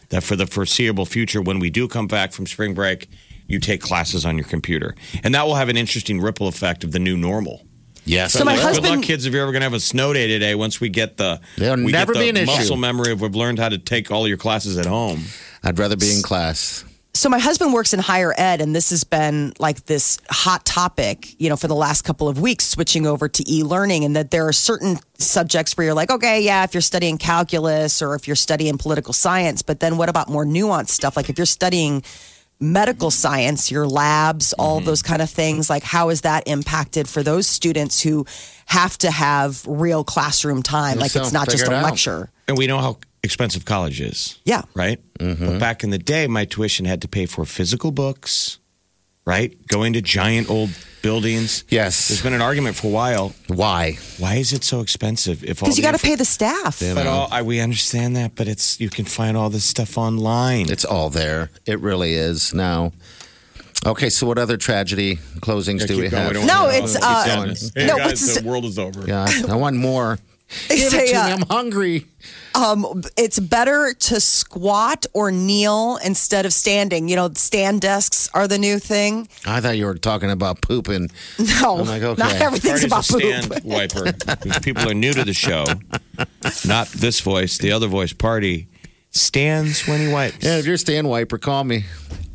Speaker 6: that for the foreseeable future, when we do come back from spring break, you take classes on your computer. And that will have an interesting ripple effect of the new normal.
Speaker 5: Yes.
Speaker 4: So my
Speaker 5: I will.
Speaker 6: Good luck,
Speaker 4: husband-
Speaker 6: kids, if you're ever going to have a snow day today, once we get the,
Speaker 5: There'll
Speaker 6: we
Speaker 5: never
Speaker 6: get
Speaker 5: be an
Speaker 6: the
Speaker 5: issue.
Speaker 6: muscle memory of we've learned how to take all your classes at home.
Speaker 5: I'd rather be in class.
Speaker 4: So my husband works in higher ed, and this has been like this hot topic, you know, for the last couple of weeks, switching over to e-learning, and that there are certain subjects where you're like, okay, yeah, if you're studying calculus or if you're studying political science, but then what about more nuanced stuff? Like if you're studying medical science, your labs, all those kind of things, like how is that impacted for those students who have to have real classroom time? Like
Speaker 5: so
Speaker 4: it's not just
Speaker 5: figure
Speaker 4: a
Speaker 5: it out.
Speaker 4: lecture.
Speaker 6: And we know how expensive college is.
Speaker 4: Yeah.
Speaker 6: Right? But back in the day, my tuition had to pay for physical books, right? Going to giant old buildings.
Speaker 5: Yes.
Speaker 6: There's been an argument for a while.
Speaker 5: Why?
Speaker 6: Why is it so expensive? If all
Speaker 4: Because you
Speaker 6: the
Speaker 4: got to
Speaker 6: info-
Speaker 4: pay the staff.
Speaker 6: But all, I, we understand that, but it's you can find all this stuff online.
Speaker 5: It's all there. It really is now. Okay, so what other tragedy closings do we have?
Speaker 4: No, wanna- it's, uh, Hey, no, guys, what's this- the
Speaker 6: world is over.
Speaker 5: Yeah, I want more.
Speaker 4: They
Speaker 5: Give it
Speaker 4: say,
Speaker 5: to
Speaker 4: uh,
Speaker 5: me. I'm hungry.
Speaker 4: um, it's better to squat or kneel instead of standing. You know, stand desks are the new thing.
Speaker 5: I thought you were talking about pooping.
Speaker 4: No,
Speaker 5: I'm like, okay.
Speaker 4: not everything's about poop.
Speaker 6: stand wiper. Because people are new to the show. Not this voice, the other voice, party. Stands when he wipes.
Speaker 5: Yeah, if you're stand wiper, call me.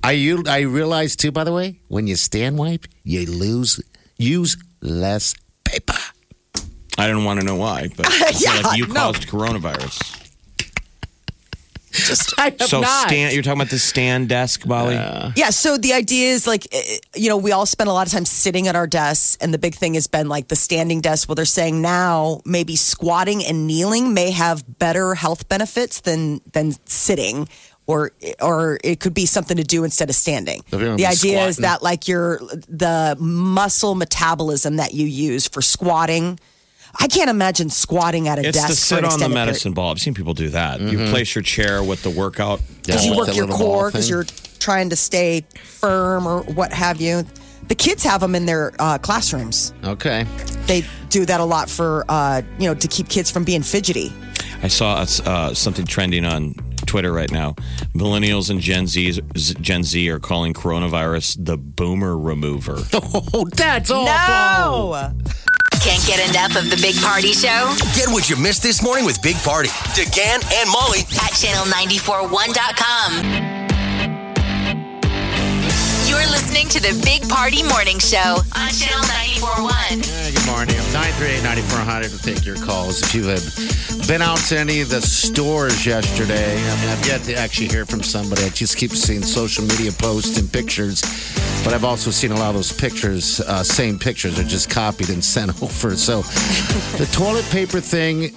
Speaker 5: I you I realize too, by the way, when you stand wipe, you lose use less paper.
Speaker 6: I don't want to know why, but I feel
Speaker 4: Yeah,
Speaker 6: like you
Speaker 4: no.
Speaker 6: caused coronavirus.
Speaker 5: I have
Speaker 6: So
Speaker 5: not.
Speaker 6: stand. You're talking about the stand desk, Molly.
Speaker 4: Yeah, so the idea is like, eh, you know, we all spend a lot of time sitting at our desks, and the big thing has been like the standing desk. Well, they're saying now maybe squatting and kneeling may have better health benefits than than sitting. Or, eh, or it could be something to do instead of standing.
Speaker 5: If you're
Speaker 4: The idea is
Speaker 5: squatting.
Speaker 4: that like your the muscle metabolism that you use for squatting. I can't imagine squatting at a
Speaker 6: it's
Speaker 4: desk
Speaker 6: to
Speaker 4: for
Speaker 6: sit
Speaker 4: an
Speaker 6: on the
Speaker 4: extended
Speaker 6: medicine ball. I've seen people do that. You place your chair with the workout.
Speaker 4: because you
Speaker 5: ball,
Speaker 4: work
Speaker 5: that
Speaker 4: your
Speaker 5: little ball
Speaker 4: core because
Speaker 5: thing.
Speaker 4: you're trying to stay firm or what have you. The kids have them in their uh, classrooms.
Speaker 5: Okay.
Speaker 4: They do that a lot for uh, you know to keep kids from being fidgety.
Speaker 6: I saw uh, something trending on Twitter right now. Millennials and Gen Z, Gen Z are calling coronavirus the boomer remover.
Speaker 5: Oh, that's awful.
Speaker 3: Can't get enough of the Big Party Show
Speaker 2: Get what you missed this morning with Big Party. DeGan and Molly
Speaker 3: at channel941.com. You're listening to the Big Party Morning Show on channel 941.
Speaker 5: Hey, Good morning. 938-9400 to take your calls. If you have been out to any of the stores yesterday, I mean, I've yet to actually hear from somebody. I just keep seeing social media posts and pictures, but I've also seen a lot of those pictures, uh, same pictures, are just copied and sent over. So the toilet paper thing,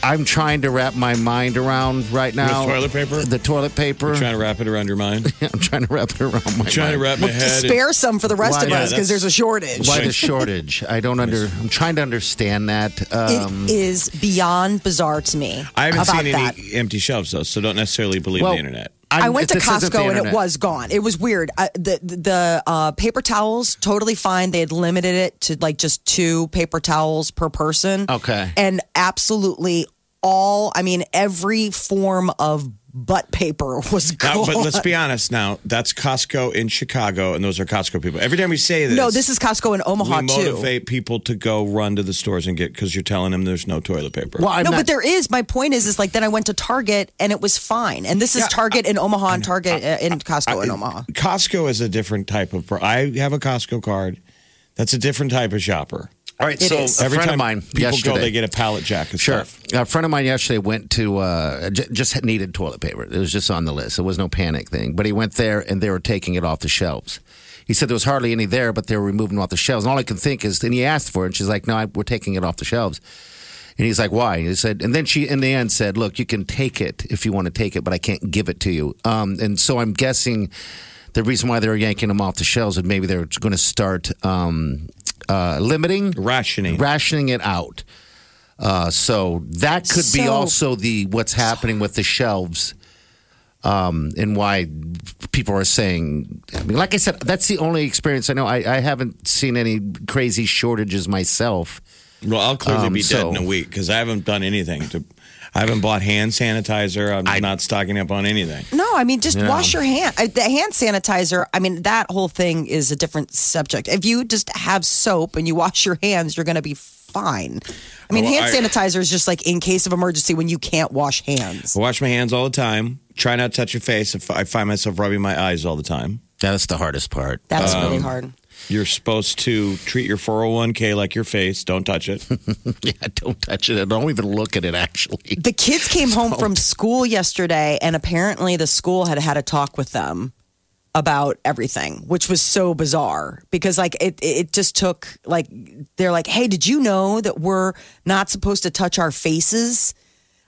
Speaker 5: I'm trying to wrap my mind around right now.
Speaker 6: toilet paper?
Speaker 5: The toilet paper.
Speaker 6: Trying to wrap it around your mind.
Speaker 5: I'm trying to wrap it around my mind.
Speaker 6: Trying to wrap my head.
Speaker 4: Spare some for the rest
Speaker 5: Why-
Speaker 4: of
Speaker 5: yeah,
Speaker 4: us because
Speaker 6: that's-
Speaker 4: there's a shortage.
Speaker 5: Why the shortage? I don't under. I'm trying to understand that. Um,
Speaker 4: it is beyond bizarre to me.
Speaker 6: I haven't
Speaker 4: about
Speaker 6: seen any
Speaker 4: that.
Speaker 6: empty shelves though, so don't necessarily believe
Speaker 5: Well,
Speaker 6: the internet.
Speaker 5: I'm-
Speaker 4: I went to
Speaker 5: this isn't the
Speaker 4: Costco and it
Speaker 5: internet.
Speaker 4: was gone. It was weird. I, the the uh, paper towels totally fine. They had limited it to like just two paper towels per person.
Speaker 5: Okay.
Speaker 4: and absolutely all. I mean, every form of butt paper was
Speaker 6: Now,
Speaker 4: gone.
Speaker 6: but let's be honest now. That's Costco in Chicago, and those are Costco people. Every time we say this,
Speaker 4: no, this is Costco in Omaha
Speaker 6: we
Speaker 4: too.
Speaker 6: motivate people to go run to the stores and get because you're telling them there's no toilet paper.
Speaker 5: Well, I'm
Speaker 4: no,
Speaker 5: not-
Speaker 4: but there is. My point is, is like then I went to Target and it was fine. And this is Target in Omaha and Target uh in Costco in Omaha.
Speaker 6: Costco is a different type of. I have a Costco card. That's a different type of shopper.
Speaker 5: All right,
Speaker 4: It
Speaker 5: so
Speaker 4: is.
Speaker 5: a
Speaker 6: Every
Speaker 5: friend
Speaker 6: time
Speaker 5: of mine
Speaker 6: people
Speaker 5: yesterday.
Speaker 6: go, they get a pallet jack of
Speaker 5: Sure.
Speaker 6: stuff.
Speaker 5: A friend of mine yesterday went to uh, j- just needed toilet paper. It was just on the list. It was no panic thing. But he went there and they were taking it off the shelves. He said there was hardly any there, but they were removing them off the shelves. And all I could think is, and he asked for it, and she's like, "No, I, we're taking it off the shelves." And he's like, "Why?" He said, and then she, in the end, said, "Look, you can take it if you want to take it, but I can't give it to you." Um, and so I'm guessing the reason why they were yanking them off the shelves is maybe they're going to start um, uh, limiting
Speaker 6: Rationing.
Speaker 5: rationing it out. Uh, so that could be
Speaker 4: So-
Speaker 5: also the what's happening with the shelves, um, and why people are saying. I mean, like I said, that's the only experience I know. I, I haven't seen any crazy shortages myself.
Speaker 6: Well, I'll clearly
Speaker 5: Um,
Speaker 6: be dead
Speaker 5: so-
Speaker 6: in a week because I haven't done anything to. I haven't bought hand sanitizer. I'm
Speaker 5: I-
Speaker 6: not stocking up on anything.
Speaker 4: No, I mean just
Speaker 5: Yeah.
Speaker 4: wash your hand. I- The hand sanitizer. I mean that whole thing is a different subject. If you just have soap and you wash your hands, you're going to be fine. I mean,
Speaker 6: Oh, Well,
Speaker 4: hand
Speaker 6: I-
Speaker 4: sanitizer is just like in case of emergency when you can't wash hands.
Speaker 6: I wash my hands all the time. Try not to touch your face. If I find myself rubbing my eyes all the time.
Speaker 5: That's the hardest part.
Speaker 4: That's
Speaker 6: Um,
Speaker 4: really hard.
Speaker 6: You're supposed to treat your 401k like your face. Don't touch it.
Speaker 5: Yeah, don't touch it. Don't even look at it, actually.
Speaker 4: The kids came home from school yesterday, and apparently the school had had a talk with them about everything, which was so bizarre because like it it just took like they're like, hey, did you know that we're not supposed to touch our faces?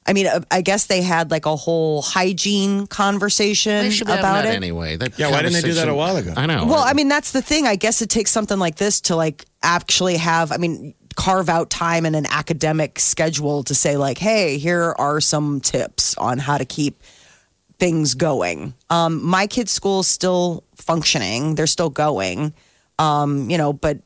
Speaker 4: I mean, I- I guess they had like a whole hygiene conversation
Speaker 5: They should have
Speaker 4: about
Speaker 5: that
Speaker 4: it.
Speaker 5: anyway. That
Speaker 6: Yeah, why didn't they do that a
Speaker 5: conversation-
Speaker 6: while ago?
Speaker 5: I know.
Speaker 4: Well, I mean, that's the thing. I guess it takes something like this to like actually have, I mean, carve out time in an academic schedule to say, like, hey, here are some tips on how to keep things going. Um, my kids' school's still functioning, they're still going, um, you know, but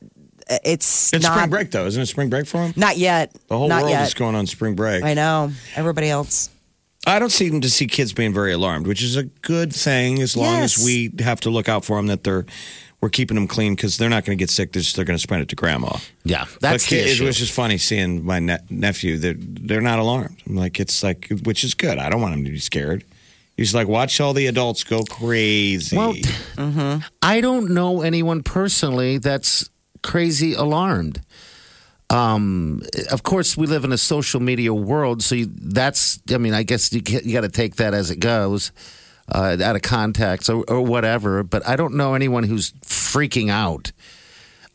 Speaker 4: it's,
Speaker 6: It's
Speaker 4: not,
Speaker 6: spring break though, isn't it? Spring break for them.
Speaker 4: not yet.
Speaker 6: The whole
Speaker 4: not
Speaker 6: world
Speaker 4: yet.
Speaker 6: is going on spring break.
Speaker 4: I know. Everybody else.
Speaker 6: I don't seem to see kids being very alarmed, which is a good thing as long
Speaker 4: Yes.
Speaker 6: as we have to look out for them that they're we're keeping them clean because they're not going to get sick. They're, just, they're going to spread it to grandma.
Speaker 5: yeah, that's
Speaker 6: but
Speaker 5: the
Speaker 6: kid-
Speaker 5: issue.
Speaker 6: It was just funny seeing my ne- nephew. They're, they're not alarmed. I'm like, it's like, which is good. I don't want him to be scared. He's like, watch all the adults go crazy.
Speaker 5: Well, I don't know anyone personally that's crazy alarmed. Um, of course, we live in a social media world, so you, that's. I mean, I guess you, ca- you got to take that as it goes, uh, out of context or, or whatever. But I don't know anyone who's freaking out.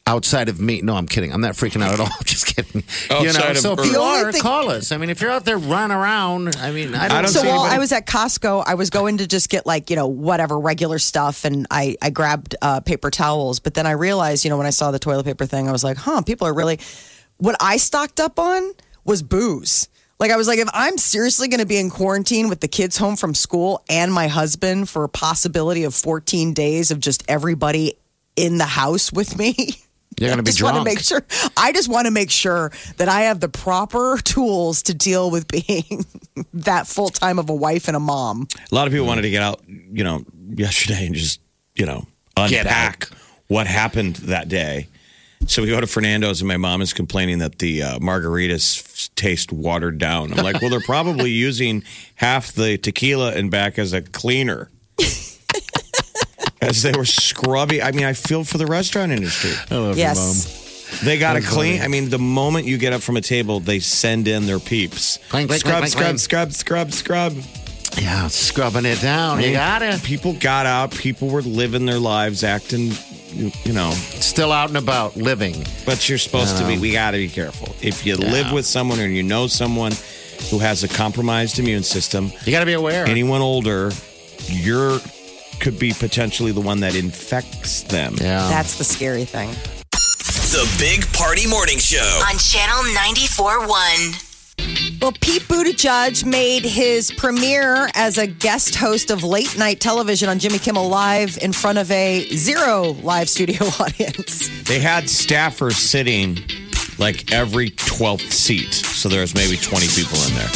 Speaker 5: Outside of me, no, I'm kidding. I'm not freaking out at all. I'm just kidding. you know,
Speaker 6: Outside of
Speaker 5: so if
Speaker 6: Earth.
Speaker 5: you
Speaker 4: The only
Speaker 5: are,
Speaker 4: thing-
Speaker 5: call us. I mean, if you're out there running around, I mean, I don't,
Speaker 6: I don't
Speaker 4: so
Speaker 6: see
Speaker 4: while
Speaker 6: anybody-
Speaker 4: I was at Costco, I was going to just get like you know whatever regular stuff, and I I grabbed uh, paper towels. But then I realized, you know, when I saw the toilet paper thing, I was like, huh, people are really. What I stocked up on was booze. Like I was like, if I'm seriously going to be in quarantine with the kids home from school and my husband for a possibility of 14 days of just everybody in the house with me.
Speaker 5: You're gonna
Speaker 4: I
Speaker 5: be
Speaker 4: just want to
Speaker 5: drunk.
Speaker 4: make sure. I just want to make sure that I have the proper tools to deal with being that full time of a wife and a mom.
Speaker 6: A lot of people wanted to get out, you know, yesterday and just, you know,
Speaker 5: Get
Speaker 6: unpack what happened that day. So we go to Fernando's, and my mom is complaining that the uh, margaritas taste watered down. I'm like, well, they're probably using half the tequila and back as a cleaner. As they were scrubby, I mean, I feel for the restaurant industry.
Speaker 4: yes,
Speaker 6: They got to clean. I mean, the moment you get up from a table, they send in their peeps.
Speaker 5: Clang, clang,
Speaker 6: scrub,
Speaker 5: clang,
Speaker 6: scrub,
Speaker 5: clang,
Speaker 6: scrub, scrub, scrub,
Speaker 5: yeah, scrubbing it down. You got it.
Speaker 6: people got out, people were living their lives, acting, you you know.
Speaker 5: Still out and about, living.
Speaker 6: But you're supposed to be, we got to be careful. If you live with someone or you know someone who has a compromised immune system,
Speaker 5: You got to be aware.
Speaker 6: anyone older, you're could be potentially the one that infects them.
Speaker 5: yeah.
Speaker 4: that's the scary thing.
Speaker 2: The Big Party Morning Show.
Speaker 3: On Channel 94.1.
Speaker 4: Well, Pete Buttigieg made his premiere as a guest host of late night television on Jimmy Kimmel Live in front of a zero live studio audience.
Speaker 6: They had staffers sitting like every 12th seat. So there's maybe 20 people in there.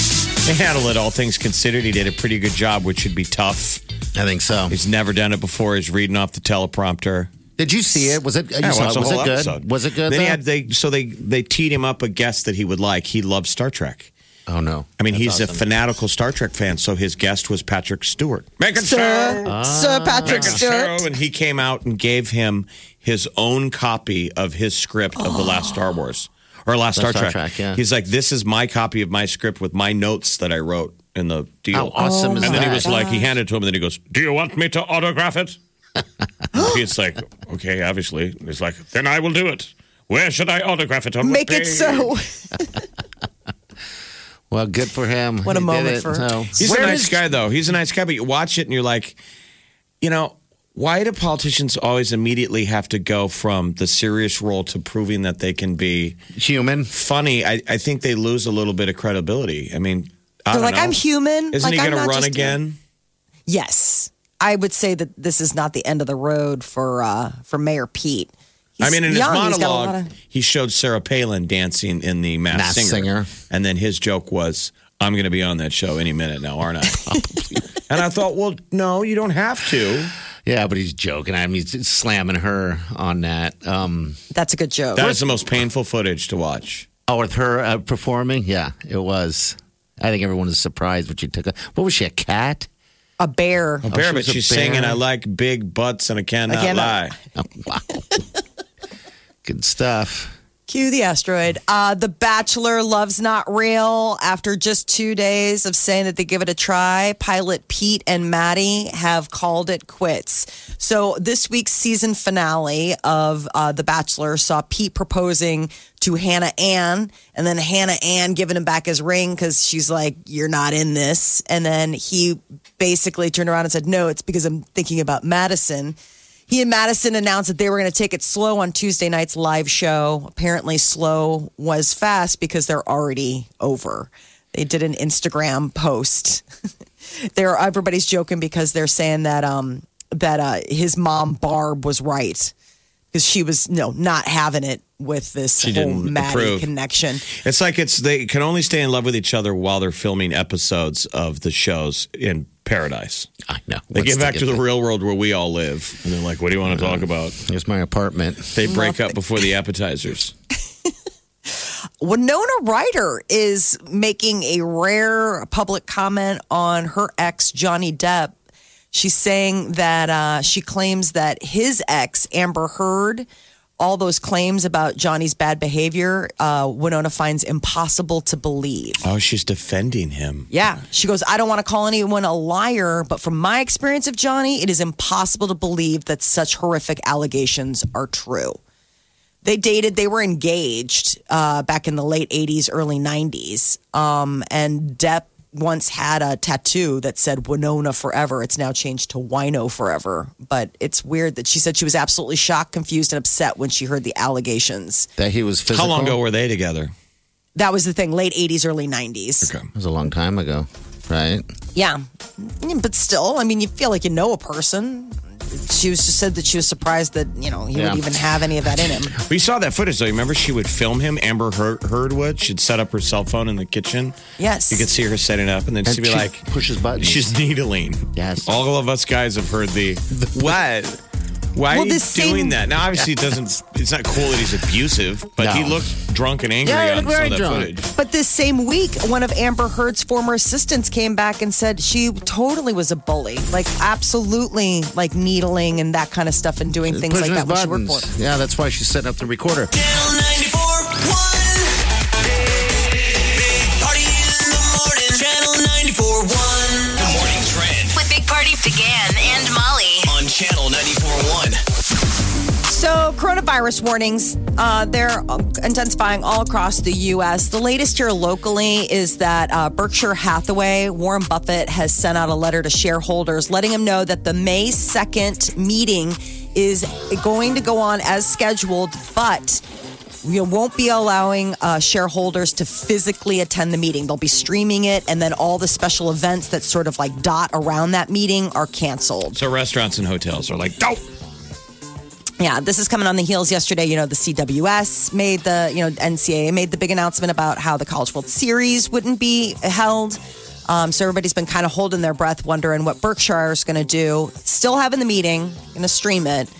Speaker 6: They handled it, all things considered. He did a pretty good job, which should be tough.
Speaker 5: I think so.
Speaker 6: He's never done it before. He's reading off the teleprompter.
Speaker 5: Did you see it? Was it? You
Speaker 6: Yeah,
Speaker 5: saw
Speaker 6: watch
Speaker 5: it.
Speaker 6: the
Speaker 5: Was
Speaker 6: whole
Speaker 5: it good?
Speaker 6: episode.
Speaker 5: Was it good?
Speaker 6: Then he
Speaker 5: though?
Speaker 6: had they so they they teed him up a guest that he would like. He loves Star Trek.
Speaker 5: oh no.
Speaker 6: I mean,
Speaker 5: That's
Speaker 6: he's a
Speaker 5: awesome.
Speaker 6: fanatical Star Trek fan, so his guest was Patrick Stewart. Make it
Speaker 4: Sir,
Speaker 5: Ah.
Speaker 6: so.
Speaker 4: Sir Patrick Stewart.
Speaker 6: And he came out and gave him his own copy of his script of the last Star Wars or last Star,
Speaker 5: Last Star
Speaker 6: Trek.
Speaker 5: Trek, yeah.
Speaker 6: He's like, this is my copy of my script with my notes that I wrote in the
Speaker 5: How
Speaker 6: deal.
Speaker 5: awesome is
Speaker 6: And
Speaker 5: that?
Speaker 6: then he was like, he handed it to him, and then he goes, "Do you want me to autograph it?" He's like, "Okay, obviously." He's like, "Then I will do it." Where should I autograph it? On what
Speaker 4: Make it
Speaker 6: page?"
Speaker 4: so.
Speaker 5: well, good for him.
Speaker 4: What a
Speaker 5: He did
Speaker 4: moment
Speaker 5: it.
Speaker 4: for-
Speaker 5: So-
Speaker 6: He's
Speaker 5: Where
Speaker 6: a nice
Speaker 5: is-
Speaker 6: guy, though. He's a nice guy, but you watch it and you're like, you know, why do politicians always immediately have to go from the serious role to proving that they can be
Speaker 5: Human.
Speaker 6: funny? I, I think they lose a little bit of credibility. I mean, I
Speaker 4: They're
Speaker 6: don't
Speaker 4: like,
Speaker 6: know.
Speaker 4: I'm human.
Speaker 6: Isn't
Speaker 4: like,
Speaker 6: he
Speaker 4: I'm
Speaker 6: going to
Speaker 4: not
Speaker 6: run
Speaker 4: just-
Speaker 6: again?
Speaker 4: Yes, I would say that this is not the end of the road for uh, for Mayor Pete. He's
Speaker 6: I mean, in
Speaker 4: young,
Speaker 6: his
Speaker 4: he's got a lot
Speaker 6: monologue,
Speaker 4: of-
Speaker 6: he showed Sarah Palin dancing in the Masked
Speaker 5: Masked
Speaker 6: Singer,
Speaker 5: Singer.
Speaker 6: and then his joke was, I'm going to be on that show any minute now, aren't I? and I thought, well, no, you don't have to.
Speaker 5: Yeah, but he's joking. I mean, he's slamming her on that. Um,
Speaker 4: That's a good joke.
Speaker 6: That is the most painful footage to watch.
Speaker 5: oh, with her uh, performing? Yeah, it was. I think everyone was surprised when she took a. What was she, a cat?
Speaker 4: a bear.
Speaker 6: A bear,
Speaker 5: she
Speaker 6: but
Speaker 5: was a
Speaker 6: she's
Speaker 5: bear.
Speaker 6: singing, I like big butts and I cannot,
Speaker 4: I
Speaker 6: lie.
Speaker 4: cannot-
Speaker 5: Good stuff.
Speaker 4: Cue the asteroid. Uh, the Bachelor Love's Not Real. After just two days of saying that they give it a try, pilot Pete and Maddie have called it quits. So, this week's season finale of uh, The Bachelor saw Pete proposing to Hannah Ann, and then Hannah Ann giving him back his ring because she's like, You're not in this. And then he basically turned around and said, No, it's because I'm thinking about Madison. He and Madison announced that they were going to take it slow on Tuesday night's live show. Apparently, slow was fast because they're already over. They did an Instagram post. they're everybody's joking because they're saying that um that uh his mom Barb was right because she was no not having it with this
Speaker 6: She
Speaker 4: whole
Speaker 6: didn't
Speaker 4: Maddie
Speaker 6: approve.
Speaker 4: connection.
Speaker 6: It's like it's they can only stay in love with each other while they're filming episodes of the shows in paradise.
Speaker 5: I know.
Speaker 6: They
Speaker 5: Let's
Speaker 6: get back
Speaker 5: take
Speaker 6: to
Speaker 5: it
Speaker 6: the real world where we all live, and they're like, "What do you want to talk about?"
Speaker 5: Here's my apartment.
Speaker 6: They break up before the appetizers.
Speaker 4: Winona Ryder is making a rare public comment on her ex, Johnny Depp. She's saying that uh, she claims that his ex, Amber Heard, all those claims about Johnny's bad behavior, uh, Winona finds impossible to believe.
Speaker 6: Oh, she's defending him.
Speaker 4: Yeah. She goes, I don't want to call anyone a liar, but from my experience of Johnny, it is impossible to believe that such horrific allegations are true. They dated, they were engaged uh, back in the late 80s, early 90s. Um, and Depp once had a tattoo that said Winona forever. It's now changed to Wino forever. But it's weird that she said she was absolutely shocked, confused, and upset when she heard the allegations.
Speaker 5: That he was physical.
Speaker 6: How long ago were they together?
Speaker 4: That was the thing, late 80s, early 90s.
Speaker 5: It was a long time ago, right?
Speaker 4: Yeah. Mm, But still, I mean, you feel like you know a person. She was just said that she was surprised that, you know, he
Speaker 5: Yeah.
Speaker 4: would even have any of that in him.
Speaker 6: We saw that footage though. You remember she would film him. Amber Heard, Heard would. She'd set up her cell phone in the kitchen.
Speaker 4: Yes.
Speaker 6: You could see her setting up, and then
Speaker 5: And
Speaker 6: she'd be
Speaker 5: she
Speaker 6: like,
Speaker 5: pushes buttons.
Speaker 6: She's needling.
Speaker 5: Yes.
Speaker 6: All of us guys have heard the what? Why
Speaker 4: Well,
Speaker 6: are you doing
Speaker 4: this same-
Speaker 6: that? Now, obviously, it doesn't. It's not cool that he's abusive, but he
Speaker 5: No.
Speaker 6: looked drunk and angry
Speaker 5: Yeah, he
Speaker 6: on
Speaker 5: looked
Speaker 6: some
Speaker 5: very
Speaker 6: of that
Speaker 5: drunk.
Speaker 6: footage.
Speaker 4: But this same week, one of Amber Heard's former assistants came back and said she totally was a bully. Like, absolutely, like needling and that kind of stuff and doing things like
Speaker 5: Pushing
Speaker 4: that
Speaker 5: his
Speaker 4: when she worked
Speaker 5: buttons.
Speaker 4: for him.
Speaker 5: Yeah, that's why she's setting up the recorder.
Speaker 2: Channel 94.1. Big Party in the morning. Channel 94.1. The morning trend
Speaker 3: With Big Party began and Molly.
Speaker 2: on Channel 94.1.
Speaker 4: So, coronavirus warnings, uh, they're intensifying all across the U.S. The latest here locally is that uh, Berkshire Hathaway, Warren Buffett, has sent out a letter to shareholders letting them know that the May 2nd meeting is going to go on as scheduled, but we won't be allowing uh, shareholders to physically attend the meeting. They'll be streaming it, and then all the special events that sort of like dot around that meeting are canceled.
Speaker 6: So restaurants and hotels are like, nope.
Speaker 4: Yeah, this is coming on the heels yesterday. You know, the CWS made the, you know, NCAA made the big announcement about how the College World Series wouldn't be held. Um, so everybody's been kind of holding their breath, wondering what Berkshire is going to do. Still having the meeting, going to stream it.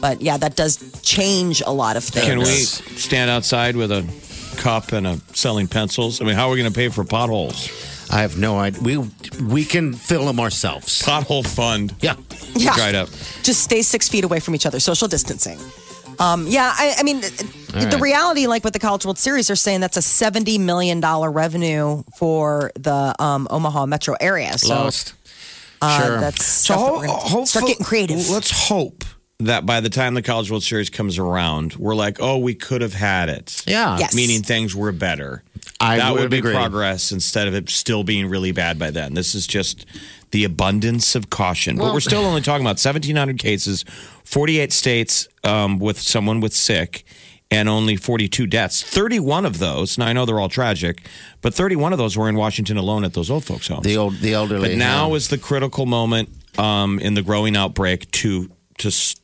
Speaker 4: But yeah, that does change a lot of things.
Speaker 6: Can we
Speaker 5: Yes.
Speaker 6: stand outside with a cup and a selling pencils? I mean, how are we going to pay for potholes?
Speaker 5: I have no idea. We we can fill them ourselves.
Speaker 6: Pothole fund.
Speaker 5: Yeah.
Speaker 4: Yeah.
Speaker 6: Dried up.
Speaker 4: just stay six feet away from each other, social distancing. Um, yeah, I, I mean, the
Speaker 5: right.
Speaker 4: reality, like with the College World Series, they're saying that's a $70 million revenue for the um, Omaha metro area. So
Speaker 5: Lost.
Speaker 4: Uh,
Speaker 5: sure.
Speaker 4: that's stuff that we're gonna start getting creative.
Speaker 6: Let's hope that by the time the College World Series comes around, we're like, oh, we could have had it.
Speaker 5: yeah.
Speaker 4: Yes.
Speaker 6: Meaning things were better.
Speaker 5: I
Speaker 6: that
Speaker 5: would
Speaker 6: be
Speaker 5: agree.
Speaker 6: progress instead of it still being really bad by then. This is just the abundance of caution. but
Speaker 5: Well-
Speaker 6: we're still only talking about 1,700 cases, 48 states um, with someone with sick, and only 42 deaths. 31 of those, now I know they're all tragic, but 31 of those were in Washington alone at those old folks' homes.
Speaker 5: The old the elderly.
Speaker 6: But now
Speaker 5: yeah.
Speaker 6: is the critical moment um, in the growing outbreak to to s-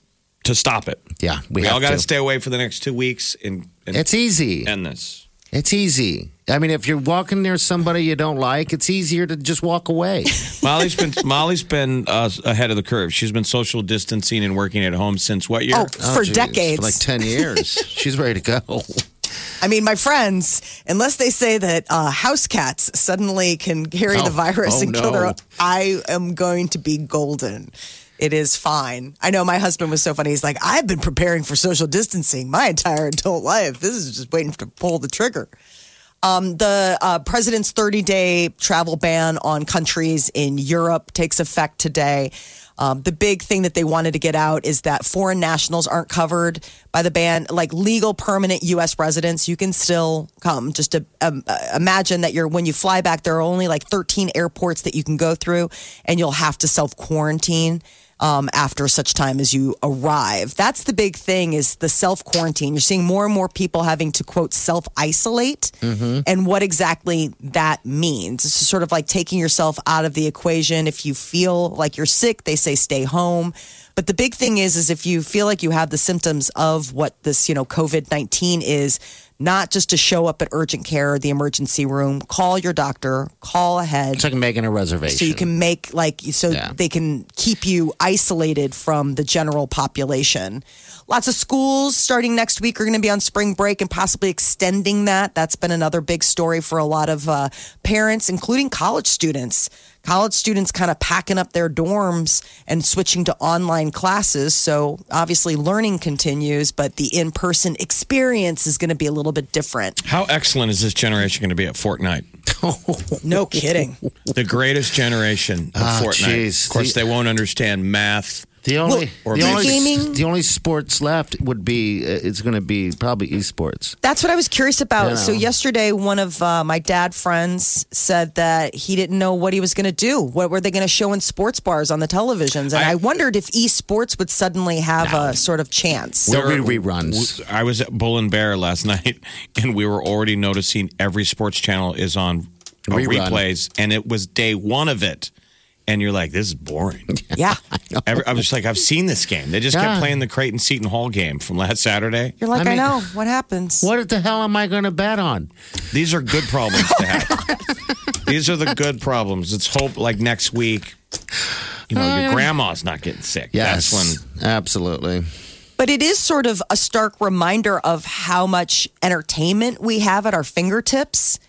Speaker 6: to stop it.
Speaker 5: Yeah,
Speaker 6: we,
Speaker 5: we
Speaker 6: all
Speaker 5: have
Speaker 6: got to
Speaker 5: to. e-
Speaker 6: stay away for the next two weeks and, and
Speaker 5: it's easy.
Speaker 6: end this.
Speaker 5: It's easy. I mean, if you're walking near somebody you don't like, it's easier to just walk away.
Speaker 6: Molly's been Molly's been uh, ahead of the curve. She's been social distancing and working at home since what year? Uh,
Speaker 4: Oh, for
Speaker 5: geez,
Speaker 4: decades.
Speaker 5: For like 10 years. She's ready to go.
Speaker 4: I mean, my friends, unless they say that uh, house cats suddenly can carry
Speaker 5: Oh,
Speaker 4: the virus
Speaker 5: oh,
Speaker 4: and kill their
Speaker 5: no.
Speaker 4: own, I am going to be golden. It is fine. I know my husband was so funny. He's like, I've been preparing for social distancing my entire adult life. This is just waiting to pull the trigger. Um, the uh, president's 30 day travel ban on countries in Europe takes effect today. Um, the big thing that they wanted to get out is that foreign nationals aren't covered by the ban. Like legal permanent U.S. residents, you can still come. Just to, um, uh, imagine that you're when you fly back, there are only like 13 airports that you can go through, and you'll have to self quarantine um, after such time as you arrive. That's the big thing is the self quarantine. You're seeing more and more people having to quote self isolate, and what exactly that means. It's sort of like taking yourself out of the equation. If you feel like you're sick, they say stay home. But the big thing is, is if you feel like you have the symptoms of what this you know COVID nineteen is. Not just to show up at urgent care or the emergency room, call your doctor, call ahead
Speaker 5: It's like making a reservation.
Speaker 4: so you can make like so
Speaker 5: Yeah.
Speaker 4: they can keep you isolated from the general population lots of schools starting next week are going to be on spring break and possibly extending that that's been another big story for a lot of uh, parents including college students college students kind of packing up their dorms and switching to online classes so obviously learning continues but the in-person experience is going to be a little bit different
Speaker 6: How excellent is this generation going to be at Fortnite?
Speaker 4: no kidding
Speaker 6: The greatest generation of
Speaker 5: Ah,
Speaker 6: Fortnite.
Speaker 5: jeez.
Speaker 6: Of course, they won't understand math.
Speaker 5: The only,
Speaker 6: Well,
Speaker 5: the,
Speaker 6: or
Speaker 5: only
Speaker 4: gaming-
Speaker 5: the only sports left would be, uh, it's going to be probably esports.
Speaker 4: That's what I was curious about.
Speaker 5: You
Speaker 4: So
Speaker 5: know.
Speaker 4: yesterday, one of uh, my dad friends said that he didn't know what he was going to do. What were they going to show in sports bars on the televisions? And I,
Speaker 6: I-
Speaker 4: wondered if esports would suddenly have a sort of chance.
Speaker 5: There'll be
Speaker 6: There-
Speaker 5: reruns.
Speaker 6: I was at Bull and Bear last night, and we were already noticing every sports channel is on uh,
Speaker 5: Rerun.
Speaker 6: replays, and it was day one of it. And you're like, this is boring.
Speaker 4: yeah,
Speaker 6: Every, I was just like, I've seen this game. They just
Speaker 5: Yeah.
Speaker 6: kept playing the Creighton Seton Hall game from last Saturday.
Speaker 4: you're like, I,
Speaker 5: I mean-
Speaker 4: know what happens.
Speaker 5: What the hell am I going to bet on?
Speaker 6: These are good problems to have. These are the good problems. It's hope like next week, you know, your grandma's not getting sick.
Speaker 5: Yes.
Speaker 6: That's when
Speaker 5: Absolutely.
Speaker 4: But it is sort of a stark reminder of how much entertainment we have at our fingertips.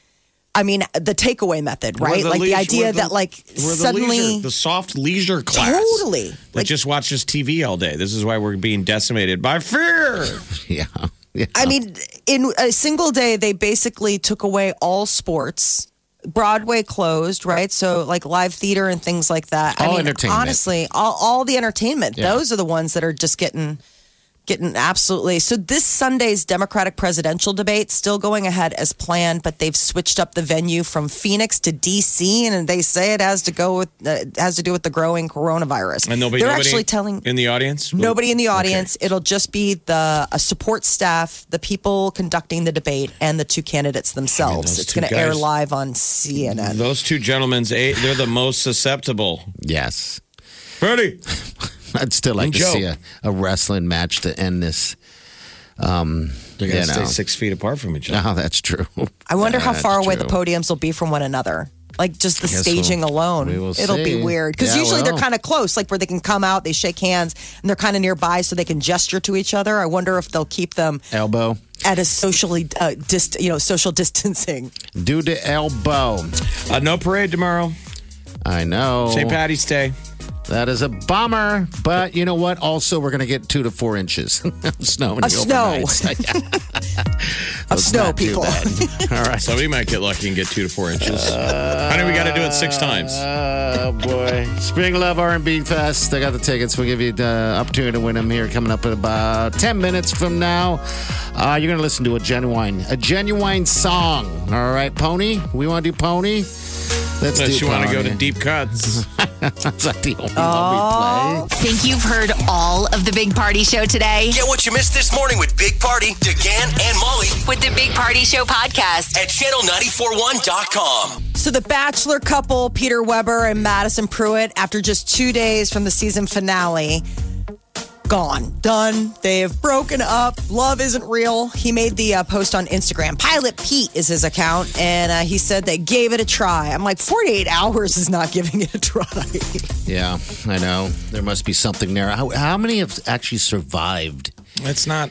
Speaker 4: I mean, the takeaway method, right?
Speaker 6: We're
Speaker 4: Like the
Speaker 6: leisure-
Speaker 4: idea
Speaker 6: we're
Speaker 4: that, like,
Speaker 6: we're the
Speaker 4: suddenly.
Speaker 6: leisure- the soft leisure class
Speaker 4: Totally.
Speaker 6: that
Speaker 4: Like-
Speaker 6: just watches TV all day. This is why we're being decimated by fear.
Speaker 5: Yeah. yeah.
Speaker 4: I mean, in a single day, they basically took away all sports. Broadway closed, right? So, like live theater and things like that. I
Speaker 5: All
Speaker 4: mean,
Speaker 5: entertainment.
Speaker 4: honestly, all, all the entertainment.
Speaker 5: Yeah.
Speaker 4: Those are the ones that are just getting, getting absolutely. So, this Sunday's Democratic presidential debate still going ahead as planned, but they've switched up the venue from Phoenix to D.C. and they say it has to go with uh, has to do with the growing coronavirus.
Speaker 6: And nobody,
Speaker 4: they're
Speaker 6: nobody
Speaker 4: actually telling
Speaker 6: in the audience.
Speaker 4: Nobody in the audience. It'll just be the a support staff, the people conducting the debate, and the two candidates themselves.
Speaker 6: those
Speaker 4: it's
Speaker 6: two
Speaker 4: going to air
Speaker 6: guys-
Speaker 4: live on CNN.
Speaker 6: Those two gentlemen, they're the most susceptible.
Speaker 5: yes.
Speaker 6: Bernie,
Speaker 5: I'd still like
Speaker 6: And
Speaker 5: to
Speaker 6: Joe.
Speaker 5: see a, a wrestling match to end this.
Speaker 6: they're gonna
Speaker 5: You
Speaker 6: stay
Speaker 5: know.
Speaker 6: six feet apart from each other.
Speaker 5: Oh, that's true.
Speaker 4: I wonder how
Speaker 5: That's
Speaker 4: far away the
Speaker 5: true.
Speaker 4: podiums will be from one another. Like just the
Speaker 5: Guess
Speaker 4: staging
Speaker 5: we'll-
Speaker 4: alone,
Speaker 5: we will
Speaker 4: it'll be
Speaker 5: see.
Speaker 4: weird because
Speaker 5: Yeah,
Speaker 4: usually they're
Speaker 5: well.
Speaker 4: kind of close, like where they can come out, they shake hands, and they're kind of nearby, so they can gesture to each other. I wonder if they'll keep them
Speaker 5: Elbow.
Speaker 4: at a socially, uh, dist- you know, social distancing.
Speaker 5: Due to elbow.
Speaker 4: Uh-huh.
Speaker 6: Uh, no parade tomorrow.
Speaker 5: I know.
Speaker 6: St. Patty's Day.
Speaker 5: That is a bummer, but you know what? Also, we're going to get two to four inches of snow. In
Speaker 4: Of
Speaker 5: the
Speaker 4: snow.
Speaker 5: overnights.
Speaker 4: Of snow
Speaker 5: not too
Speaker 4: people.
Speaker 5: bad. All right.
Speaker 6: So we might get lucky and get two to four inches. I think we got to do it six times.
Speaker 5: Oh boy, Spring Love R&B Fest. I got the tickets. We'll give you the opportunity to win them here coming up in about ten minutes from now. Uh, you're gonna listen to a genuine, a genuine song. All right, Pony. We want to do Pony. Let's
Speaker 6: Unless
Speaker 5: do.
Speaker 6: you want to
Speaker 5: Pony.
Speaker 6: go to deep cuts.
Speaker 5: That's not the only one we play.
Speaker 3: Think you've heard all of the Big Party Show today?
Speaker 2: Get what you missed this morning with Big Party, DeGan, and Molly
Speaker 3: With the Big Party Show podcast.
Speaker 2: at channel941.com.
Speaker 4: So the Bachelor couple, Peter Weber and Madison Pruitt, after just two days from the season finale, gone, done. They have broken up. Love isn't real. He made the uh, post on Instagram. Pilot Pete is his account, and uh, he said they gave it a try. I'm like, 48 hours is not giving it a try.
Speaker 5: Yeah, I know. There must be something there. How, how many have actually survived?
Speaker 6: It's not.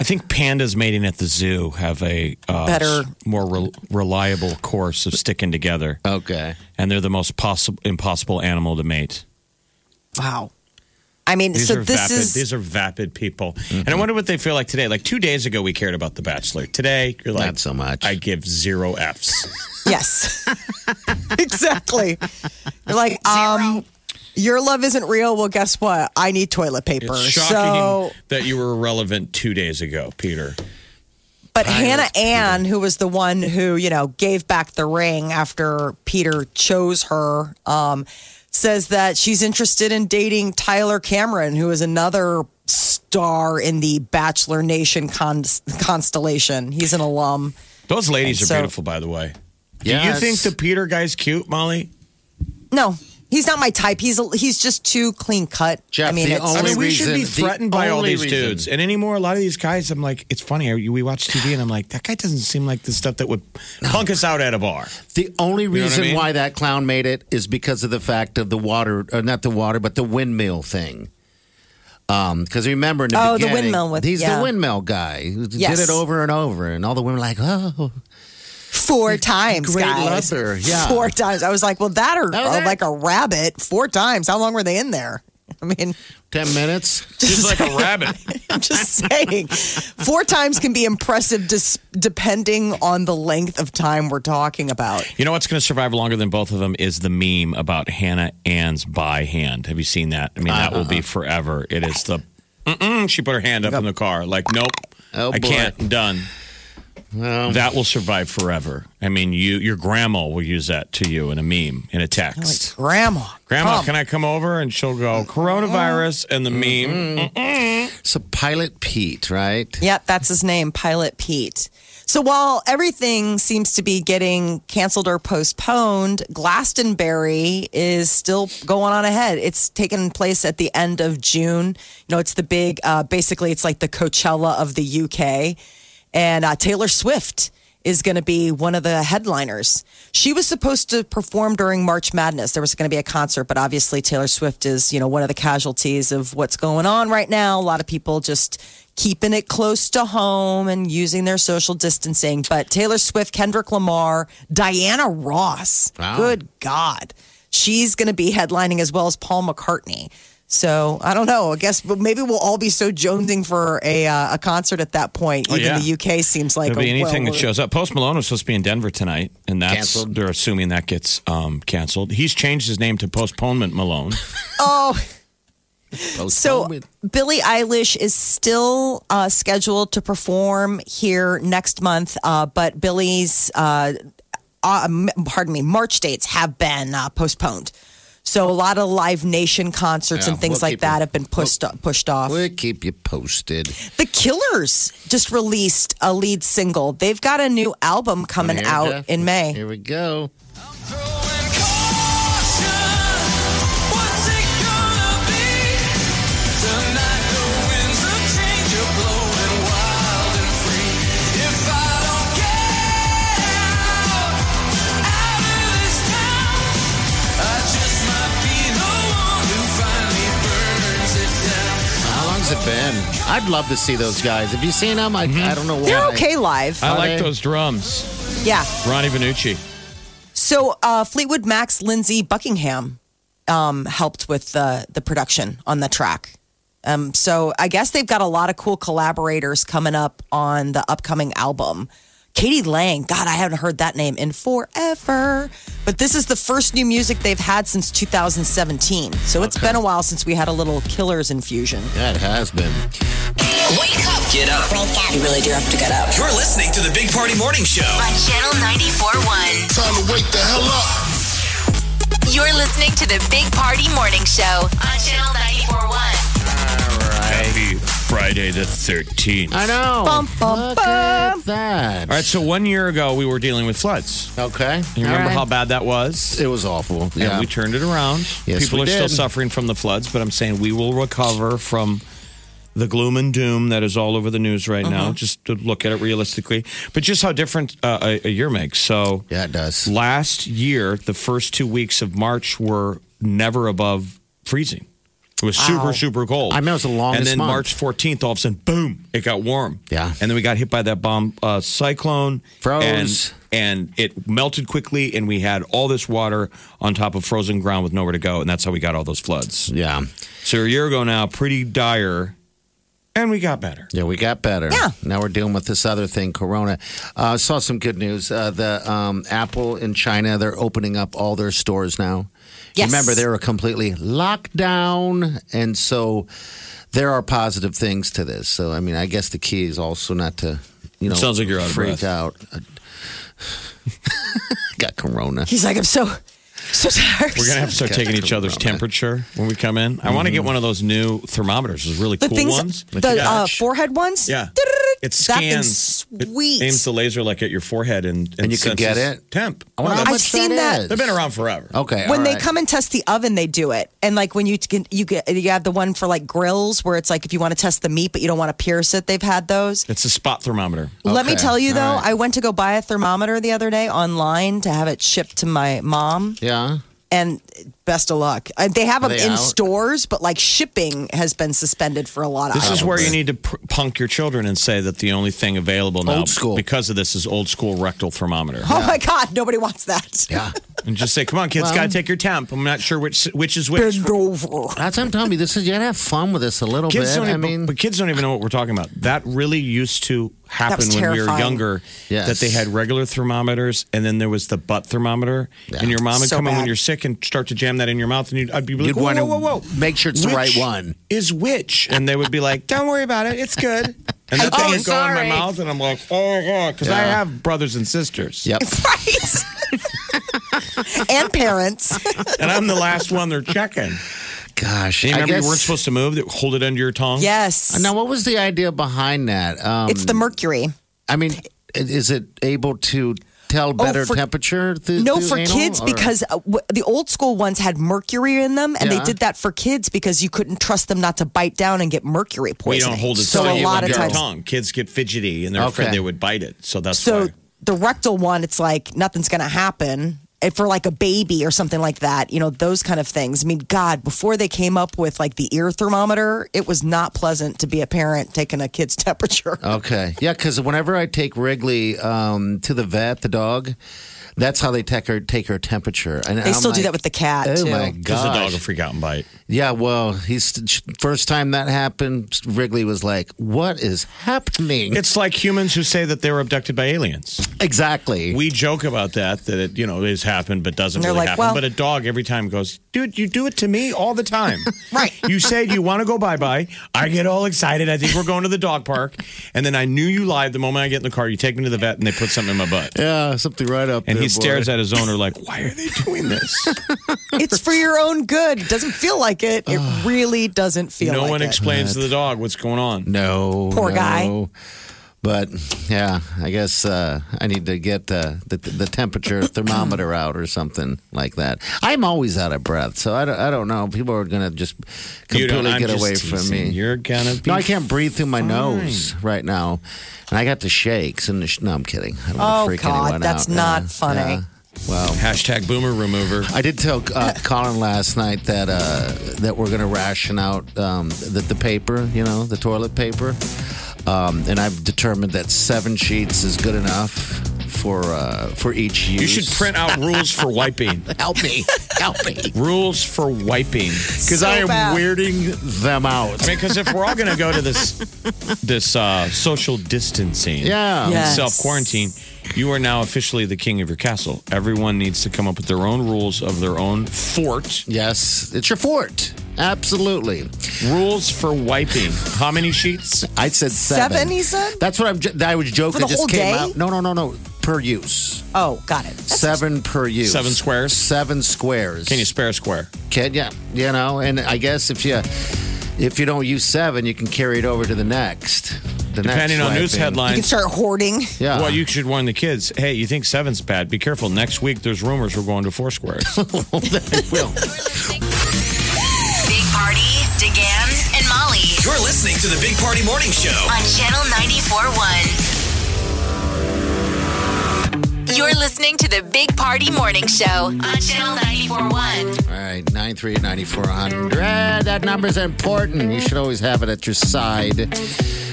Speaker 6: I think pandas mating at the zoo have a uh,
Speaker 4: Better-
Speaker 6: s- more re- reliable course of sticking together,
Speaker 5: Okay.
Speaker 6: and they're the most possible impossible animal to mate.
Speaker 4: Wow. I mean,
Speaker 6: These
Speaker 4: so
Speaker 6: are
Speaker 4: this
Speaker 6: vapid.
Speaker 4: is
Speaker 6: These are vapid people,
Speaker 5: Mm-hmm.
Speaker 6: and I wonder what they feel like today. Like two days ago, we cared about The Bachelor. Today, you're like,
Speaker 5: Not so much.
Speaker 6: I give zero f's.
Speaker 4: yes, exactly. You're like, um, your love isn't real. Well, guess what? I need toilet paper.
Speaker 6: It's shocking
Speaker 4: So,
Speaker 6: that you were irrelevant two days ago, Peter.
Speaker 4: but Hannah Ann, who was the one who you know gave back the ring after Peter chose her, um, says that she's interested in dating Tyler Cameron, who is another star in the Bachelor Nation con- constellation. He's an alum.
Speaker 6: Those ladies are
Speaker 4: So-
Speaker 6: beautiful, by the way. Do you
Speaker 5: Yes.
Speaker 6: think the Peter guy's cute, Molly?
Speaker 4: No, he's not my type. He's a, he's just too clean cut.
Speaker 5: Jeff,
Speaker 4: I mean,
Speaker 5: the
Speaker 4: it's,
Speaker 5: only
Speaker 6: I mean, we
Speaker 5: reason-
Speaker 6: should be
Speaker 5: the
Speaker 6: threatened by all
Speaker 5: only
Speaker 6: these
Speaker 5: reason-
Speaker 6: dudes. And anymore, a lot of these guys, I'm like, it's funny. I- We watch TV and I'm like, that guy doesn't seem like the stuff that would punk us out at a bar.
Speaker 5: The only
Speaker 6: know what
Speaker 5: reason
Speaker 6: I mean?
Speaker 5: why that clown made it is because of the fact of the water, or not the water, but the windmill thing. Because remember, in the
Speaker 4: Oh, the
Speaker 5: beginning,
Speaker 4: windmill with-
Speaker 5: he's
Speaker 4: yeah.
Speaker 5: the windmill guy who
Speaker 4: Yes.
Speaker 5: did it over and over, and all the women were like, oh,
Speaker 4: four times,
Speaker 5: Great
Speaker 4: guys.
Speaker 5: leather, yeah.
Speaker 4: Four times. I was like, well, that or,
Speaker 5: Oh,
Speaker 4: or
Speaker 5: that-
Speaker 4: like a rabbit. Four times. How long were they in there? I mean,
Speaker 5: 10 minutes.
Speaker 6: He's like a rabbit.
Speaker 4: I'm just saying, four times can be impressive, dis- depending on the length of time we're talking about.
Speaker 6: You know what's going to survive longer than both of them is the meme about Hannah Ann's by hand. Have you seen that? I mean, that will be forever. It is the. Mm-mm, she put her hand up in the car, like, nope,
Speaker 5: Oh,
Speaker 6: I
Speaker 5: boy.
Speaker 6: can't. Done. That will survive forever. I mean, you, your grandma will use that to you in a meme, in a text.
Speaker 4: Like, Grandma,
Speaker 6: Grandma,
Speaker 4: come.
Speaker 6: can I come over? And she'll go, coronavirus and the meme.
Speaker 5: So, Pilot Pete, right?
Speaker 4: Yep, that's his name, Pilot Pete. So while everything seems to be getting canceled or postponed, Glastonbury is still going on ahead. It's taking place at the end of June. You know, it's the big, uh, basically, it's like the Coachella of the UK. And uh, Taylor Swift is going to be one of the headliners. She was supposed to perform during March Madness. There was going to be a concert, but obviously Taylor Swift is, you know, one of the casualties of what's going on right now. A lot of people just keeping it close to home and using their social distancing. But Taylor Swift, Kendrick Lamar, Diana Ross.
Speaker 5: Wow.
Speaker 4: Good God. She's going to be headlining as well as Paul McCartney. So I don't know. I guess maybe we'll all be so jonesing for a uh, a concert at that point. Even
Speaker 6: Oh, yeah.
Speaker 4: the UK seems like
Speaker 6: There'll
Speaker 4: a
Speaker 6: be anything
Speaker 4: well-
Speaker 6: that shows up. Post Malone was supposed to be in Denver tonight, and that's
Speaker 5: Canceled.
Speaker 6: they're assuming that gets um, canceled. He's changed his name to Postponement Malone.
Speaker 4: Oh, so
Speaker 5: Postpone it.
Speaker 4: Billie Eilish is still uh, scheduled to perform here next month, uh, but Billie's, uh, uh, m- pardon me, March dates have been uh, postponed. So a lot of Live Nation concerts
Speaker 5: Yeah,
Speaker 4: and things
Speaker 5: we'll
Speaker 4: like
Speaker 5: keep you-
Speaker 4: that have been pushed pushed off.
Speaker 5: We'll keep you posted.
Speaker 4: The Killers just released a lead single. They've got a new album coming
Speaker 5: Here,
Speaker 4: out
Speaker 5: Jeff.
Speaker 4: in May.
Speaker 5: Here we go.
Speaker 2: Throwing caution. What's it gonna be? Tonight the winds of change are blowing wild and free. If I don't get out, out of this town, I just might be the one who finally burns it down.
Speaker 5: How long's it been? I'd love to see those guys. Have you seen them? I,
Speaker 6: Mm-hmm.
Speaker 5: I don't know why.
Speaker 4: They're okay live.
Speaker 6: I
Speaker 5: Are
Speaker 6: like
Speaker 5: they?
Speaker 6: those drums.
Speaker 4: yeah.
Speaker 6: Ronnie Vanucci.
Speaker 4: So uh, Fleetwood Mac's Lindsey Buckingham um, helped with the the production on the track. Um, so I guess they've got a lot of cool collaborators coming up on the upcoming album. Katie Lang, God, I haven't heard that name in forever. But this is the first new music they've had since 2017. So it's been a while since we had a little Killers infusion.
Speaker 5: Yeah, it has been.
Speaker 3: Wake up
Speaker 2: Get up.
Speaker 8: You really do have to get up.
Speaker 2: You're listening to the Big Party Morning Show.
Speaker 3: on Channel 94.1.
Speaker 9: Time to wake the hell up.
Speaker 3: You're listening to the Big Party Morning Show on Channel 94.1.
Speaker 5: All right.
Speaker 9: be Friday the 13th.
Speaker 5: I know.
Speaker 4: Bum, bum,
Speaker 5: Look
Speaker 4: bum.
Speaker 5: at that.
Speaker 6: All right, so one year ago, we were dealing with floods.
Speaker 5: Okay.
Speaker 6: You remember
Speaker 5: All right.
Speaker 6: how bad that was?
Speaker 5: it was awful.
Speaker 6: Yeah.
Speaker 5: Yeah.
Speaker 6: we turned it around.
Speaker 5: Yes,
Speaker 6: People
Speaker 5: we
Speaker 6: are still
Speaker 5: did.
Speaker 6: suffering from the floods, but I'm saying we will recover from the gloom and doom that is all over the news right
Speaker 5: Uh-huh.
Speaker 6: now, just to look at it realistically. But just how different uh, a, a year makes. So,
Speaker 5: yeah, it does.
Speaker 6: last year, the first two weeks of March were never above freezing. It was super, super cold.
Speaker 5: I mean, it was the
Speaker 6: And
Speaker 5: longest
Speaker 6: then
Speaker 5: month.
Speaker 6: March 14th, all of a sudden, boom, it got warm.
Speaker 5: Yeah.
Speaker 6: And then we got hit by that bomb uh, cyclone.
Speaker 5: Froze.
Speaker 6: And, and it melted quickly, and we had all this water on top of frozen ground with nowhere to go. And that's how we got all those floods.
Speaker 5: Yeah.
Speaker 6: So a year ago now, pretty dire, and we got better.
Speaker 5: Yeah, we got better.
Speaker 4: Yeah.
Speaker 5: Now we're dealing with this other thing, Corona. Uh, saw some good news. Uh, the um, Apple in China, they're opening up all their stores now.
Speaker 4: Yes.
Speaker 5: Remember, they were completely locked down. And so there are positive things to this. So, I mean, I guess the key is also not to, you know,
Speaker 6: sounds like you're out of
Speaker 5: freak
Speaker 6: breath.
Speaker 5: out. got Corona.
Speaker 4: He's like, I'm so, so tired.
Speaker 6: We're gonna have to start taking each other's temperature when we come in. I want
Speaker 5: Mm-hmm.
Speaker 6: to get one of those new thermometers, those really
Speaker 4: the
Speaker 6: cool
Speaker 4: things,
Speaker 6: ones.
Speaker 4: the uh, forehead ones.
Speaker 6: yeah, it
Speaker 4: that
Speaker 6: scans.
Speaker 4: thing's sweet.
Speaker 6: It aims the laser like at your forehead and and,
Speaker 5: And you can
Speaker 6: senses
Speaker 5: get it?
Speaker 6: temp.
Speaker 5: I wonder
Speaker 6: No,
Speaker 5: how
Speaker 6: that's-
Speaker 4: I've
Speaker 5: much
Speaker 4: seen that.
Speaker 5: is.
Speaker 6: they've been around forever.
Speaker 5: Okay.
Speaker 4: when
Speaker 5: all
Speaker 4: they
Speaker 5: right.
Speaker 4: come and test the oven, they do it. And like when you can, you get you have the one for like grills where it's like if you want to test the meat but you don't want to pierce it, they've had those.
Speaker 6: It's a spot thermometer.
Speaker 4: Let me
Speaker 5: Okay,
Speaker 4: tell you
Speaker 5: all
Speaker 4: though,
Speaker 5: right.
Speaker 4: I went to go buy a thermometer the other day online to have it shipped to my mom,
Speaker 5: Yeah.
Speaker 4: and best of luck. Uh, They have
Speaker 5: Are
Speaker 4: them
Speaker 5: they
Speaker 4: in
Speaker 5: out?
Speaker 4: stores, but like shipping has been suspended for a lot of.
Speaker 6: This is
Speaker 4: items.
Speaker 6: where you need to pr- punk your children and say that the only thing available now
Speaker 5: Old school.
Speaker 6: because of this is old school rectal thermometer.
Speaker 4: Oh my God! Nobody wants that.
Speaker 5: Yeah.
Speaker 6: And just say, "Come on, kids, gotta take your temp." I'm not sure which which is which.
Speaker 4: Bend over.
Speaker 5: That's what I'm telling you. This is you gotta have fun with this a little
Speaker 6: Kids
Speaker 5: bit.
Speaker 6: don't
Speaker 5: I
Speaker 6: even,
Speaker 5: mean,
Speaker 6: but kids don't even know what we're talking about. That really used to happen
Speaker 4: was
Speaker 6: when we were
Speaker 4: terrifying.
Speaker 6: younger.
Speaker 5: Yes.
Speaker 6: That they had regular thermometers, and then there was the butt thermometer, and your mom would
Speaker 4: So
Speaker 6: come in when
Speaker 4: bad.
Speaker 6: you're sick and start to jam that in your mouth, and you'd, I'd be like,
Speaker 5: You'd
Speaker 6: whoa,
Speaker 5: wanna
Speaker 6: whoa, whoa, whoa,
Speaker 5: make sure it's the right
Speaker 6: Which
Speaker 5: one.
Speaker 6: Is which, and they would be like, "Don't worry about it, it's good." And that
Speaker 4: I
Speaker 6: thing
Speaker 4: did.
Speaker 6: would go in my
Speaker 4: Sorry.
Speaker 6: mouth, and I'm like, "Oh my god," because I
Speaker 5: Oh, Yeah.
Speaker 6: have brothers and sisters,
Speaker 5: yep.
Speaker 4: Right. and parents.
Speaker 6: and I'm the last one they're checking.
Speaker 5: Gosh,
Speaker 6: You
Speaker 5: I
Speaker 6: remember
Speaker 5: guess,
Speaker 6: you weren't supposed to move; that hold it under your tongue.
Speaker 4: yes.
Speaker 5: Now, what was the idea behind that? Um,
Speaker 4: It's the mercury.
Speaker 5: I mean, i- is it able to tell better
Speaker 4: Oh, for-
Speaker 5: temperature? Through,
Speaker 4: No,
Speaker 5: through
Speaker 4: for
Speaker 5: anal,
Speaker 4: kids
Speaker 5: or-
Speaker 4: because uh, w- the old school ones had mercury in them, and they
Speaker 5: Yeah.
Speaker 4: did that for kids because you couldn't trust them not to bite down and get mercury
Speaker 6: We
Speaker 4: poisoning.
Speaker 6: don't hold it
Speaker 4: so
Speaker 6: so
Speaker 4: a
Speaker 6: you
Speaker 4: lot
Speaker 6: under
Speaker 4: of
Speaker 6: your
Speaker 4: times.
Speaker 6: tongue. Kids get fidgety, and they're afraid
Speaker 5: Okay.
Speaker 6: they would bite it. So that's
Speaker 4: So
Speaker 6: why.
Speaker 4: the rectal one, it's like nothing's going to happen. And for like a baby or something like that, you know, those kind of things. I mean, God, before they came up with like the ear thermometer, it was not pleasant to be a parent taking a kid's temperature.
Speaker 5: okay, yeah, because whenever I take Wrigley um, to the vet, the dog, that's how they take her take her temperature. And
Speaker 4: they
Speaker 5: I'm
Speaker 4: still do that
Speaker 5: like,
Speaker 4: with the cat,
Speaker 5: Oh
Speaker 4: too.
Speaker 5: my
Speaker 6: Because the dog will
Speaker 5: gosh!
Speaker 6: freak out and bite.
Speaker 5: Yeah, well, he's first time that happened. Wrigley was like, "What is happening?"
Speaker 6: It's like humans who say that they were abducted by aliens.
Speaker 5: exactly.
Speaker 6: We joke about that, that it, you know, has happened but doesn't
Speaker 4: They're
Speaker 6: really
Speaker 4: like,
Speaker 6: happen.
Speaker 4: well-
Speaker 6: but a dog every time goes, dude, you do it to me all the time.
Speaker 4: Right.
Speaker 6: You said you want to go bye bye. I get all excited. I think we're going to the dog park. And then I knew you lied the moment I get in the car. You take me to the vet and they put something in my butt.
Speaker 5: yeah, something right up.
Speaker 6: And
Speaker 5: there,
Speaker 6: he stares
Speaker 5: boy.
Speaker 6: at his owner like, why are they doing this?
Speaker 4: It's for your own good. It doesn't feel like it. It really doesn't feel
Speaker 6: no
Speaker 4: like
Speaker 6: one
Speaker 4: it.
Speaker 6: explains to the dog what's going on.
Speaker 5: No,
Speaker 4: Poor
Speaker 5: no.
Speaker 4: guy.
Speaker 5: But yeah, I guess uh, I need to get uh, the the temperature thermometer out or something like that. I'm always out of breath, so I don't, I don't know. People are gonna just
Speaker 6: You don't
Speaker 5: completely
Speaker 6: I'm
Speaker 5: get
Speaker 6: just
Speaker 5: away from
Speaker 6: teasing.
Speaker 5: me.
Speaker 6: You're going to be.
Speaker 5: no, I can't breathe through my nose right now, and I got the shakes. And the sh- no, I'm kidding. I don't wanna
Speaker 4: Oh,
Speaker 5: freak
Speaker 4: God,
Speaker 5: anyone
Speaker 4: that's
Speaker 5: out.
Speaker 4: not
Speaker 5: Yeah,
Speaker 4: funny.
Speaker 5: yeah. Wow.
Speaker 6: Hashtag boomer remover.
Speaker 5: I did tell uh, Colin last night that uh, that we're going to ration out um, the, the paper, you know, the toilet paper, um, and I've determined that seven sheets is good enough for uh, for each use.
Speaker 6: You should print out rules for wiping.
Speaker 5: Help me, help me,
Speaker 6: rules for wiping.
Speaker 5: because I am
Speaker 4: bad.
Speaker 5: weirding them out.
Speaker 6: I mean, because if we're all going to go to this this uh, social distancing,
Speaker 5: Yeah.
Speaker 4: Yes.
Speaker 6: self quarantine, you are now officially the king of your castle. Everyone needs to come up with their own rules of their own fort.
Speaker 5: Yes, it's your fort. Absolutely.
Speaker 6: Rules for wiping. How many sheets?
Speaker 5: I said seven.
Speaker 4: Seven, he said?
Speaker 5: That's what I'm. j- I was joking.
Speaker 4: For the
Speaker 5: it just
Speaker 4: whole
Speaker 5: came
Speaker 4: day?
Speaker 5: out. No, no, no, no. Per use.
Speaker 4: Oh, got it.
Speaker 5: Seven per use.
Speaker 6: Seven squares?
Speaker 5: Seven squares.
Speaker 6: Can you spare a square?
Speaker 5: Can yeah, you know, and I guess if you if you don't use seven, you can carry it over to the next. The
Speaker 6: Depending
Speaker 5: next
Speaker 6: on
Speaker 4: You
Speaker 5: swiping.
Speaker 6: news
Speaker 4: can
Speaker 6: headlines.
Speaker 4: start hoarding.
Speaker 5: Yeah.
Speaker 6: Well, you should warn the kids. Hey, you think seven's bad? Be careful. Next week, there's rumors we're going to four squares.
Speaker 4: Oh,
Speaker 5: Well,
Speaker 3: Big Party, DeGan, and Molly
Speaker 2: You're listening to the Big Party Morning Show.
Speaker 3: on Channel 94.1. You're listening to the Big Party Morning Show on Channel 94.1.
Speaker 5: all right, nine three eight ninety four hundred. That number's important. You should always have it at your side,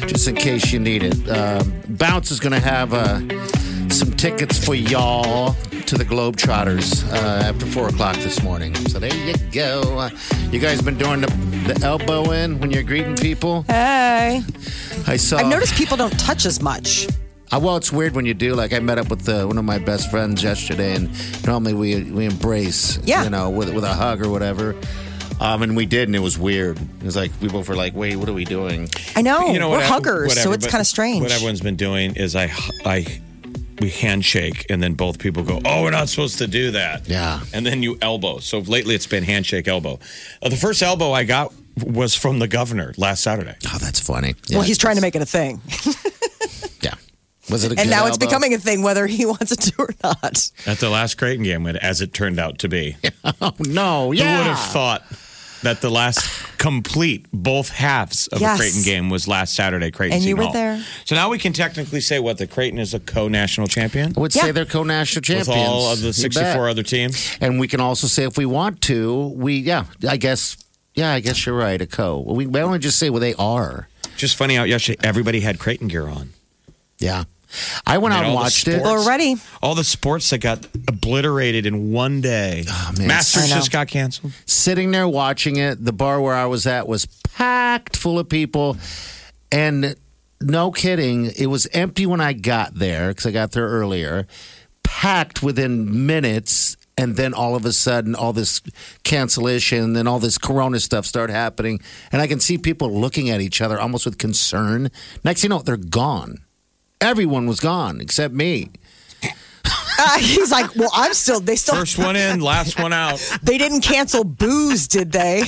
Speaker 5: just in case you need it. Uh, Bounce is going to have uh, some tickets for y'all to the Globetrotters uh, after four o'clock this morning. So there you go. You guys been doing the, the elbow in when you're greeting people?
Speaker 4: Hey.
Speaker 5: I saw.
Speaker 4: I've noticed people don't touch as much.
Speaker 5: Uh, well, it's weird when you do. Like, I met up with uh, one of my best friends yesterday, and normally we we embrace,
Speaker 4: Yeah.
Speaker 5: you know, with with a hug or whatever. Um, and we did, and it was weird. It was like we both were like, "Wait, what are we doing?"
Speaker 4: I know.
Speaker 6: You know
Speaker 4: We're
Speaker 6: what I-
Speaker 4: huggers, so
Speaker 6: whatever,
Speaker 4: it's
Speaker 6: but
Speaker 4: kind of strange.
Speaker 6: What everyone's been doing is I, I, we handshake, and then both people go, "Oh, we're not supposed to do that."
Speaker 5: Yeah.
Speaker 6: And then you elbow. So lately, it's been handshake elbow. Uh, the first elbow I got was from the governor last Saturday.
Speaker 5: Oh, that's funny.
Speaker 4: well,
Speaker 5: Yeah.
Speaker 4: he's trying to make it a thing.
Speaker 5: Yeah, was it? A
Speaker 4: And
Speaker 5: good
Speaker 4: now it's
Speaker 5: elbow?
Speaker 4: becoming a thing whether he wants it to or not.
Speaker 6: At the last Creighton game, and as it turned out to be,
Speaker 5: Oh no! Yeah,
Speaker 6: who would have thought that the last complete both halves of
Speaker 4: Yes.
Speaker 6: a Creighton game was last Saturday? Creighton,
Speaker 4: And you
Speaker 6: Seton
Speaker 4: were
Speaker 6: Hall.
Speaker 4: there.
Speaker 6: So now we can technically say what the Creighton is a co-national champion
Speaker 5: I would
Speaker 4: Yeah.
Speaker 5: say they're co-national champions
Speaker 6: with all of the
Speaker 5: You bet.
Speaker 6: sixty-four other teams.
Speaker 5: And we can also say if we want to, we yeah, I guess yeah, I guess you're right. A co. We, we only just say what they are.
Speaker 6: Just funny out yesterday, everybody had Creighton gear on.
Speaker 5: Yeah, I went
Speaker 6: I
Speaker 5: out and
Speaker 6: mean, all the
Speaker 5: watched it.
Speaker 6: sports-
Speaker 4: Already.
Speaker 6: All the sports that got obliterated in one day.
Speaker 5: Oh, man.
Speaker 6: Masters
Speaker 4: I know.
Speaker 6: just got canceled.
Speaker 5: sitting there watching it. The bar where I was at was packed full of people. And no kidding, it was empty when I got there because I got there earlier, packed within minutes. And then all of a sudden, all this cancellation and then all this corona stuff started happening. And I can see people looking at each other almost with concern. Next thing you know, they're gone. Everyone was gone except me.
Speaker 4: Uh, he's like, well, I'm still, they still,
Speaker 6: First one in, last one out.
Speaker 4: they didn't cancel booze, did they?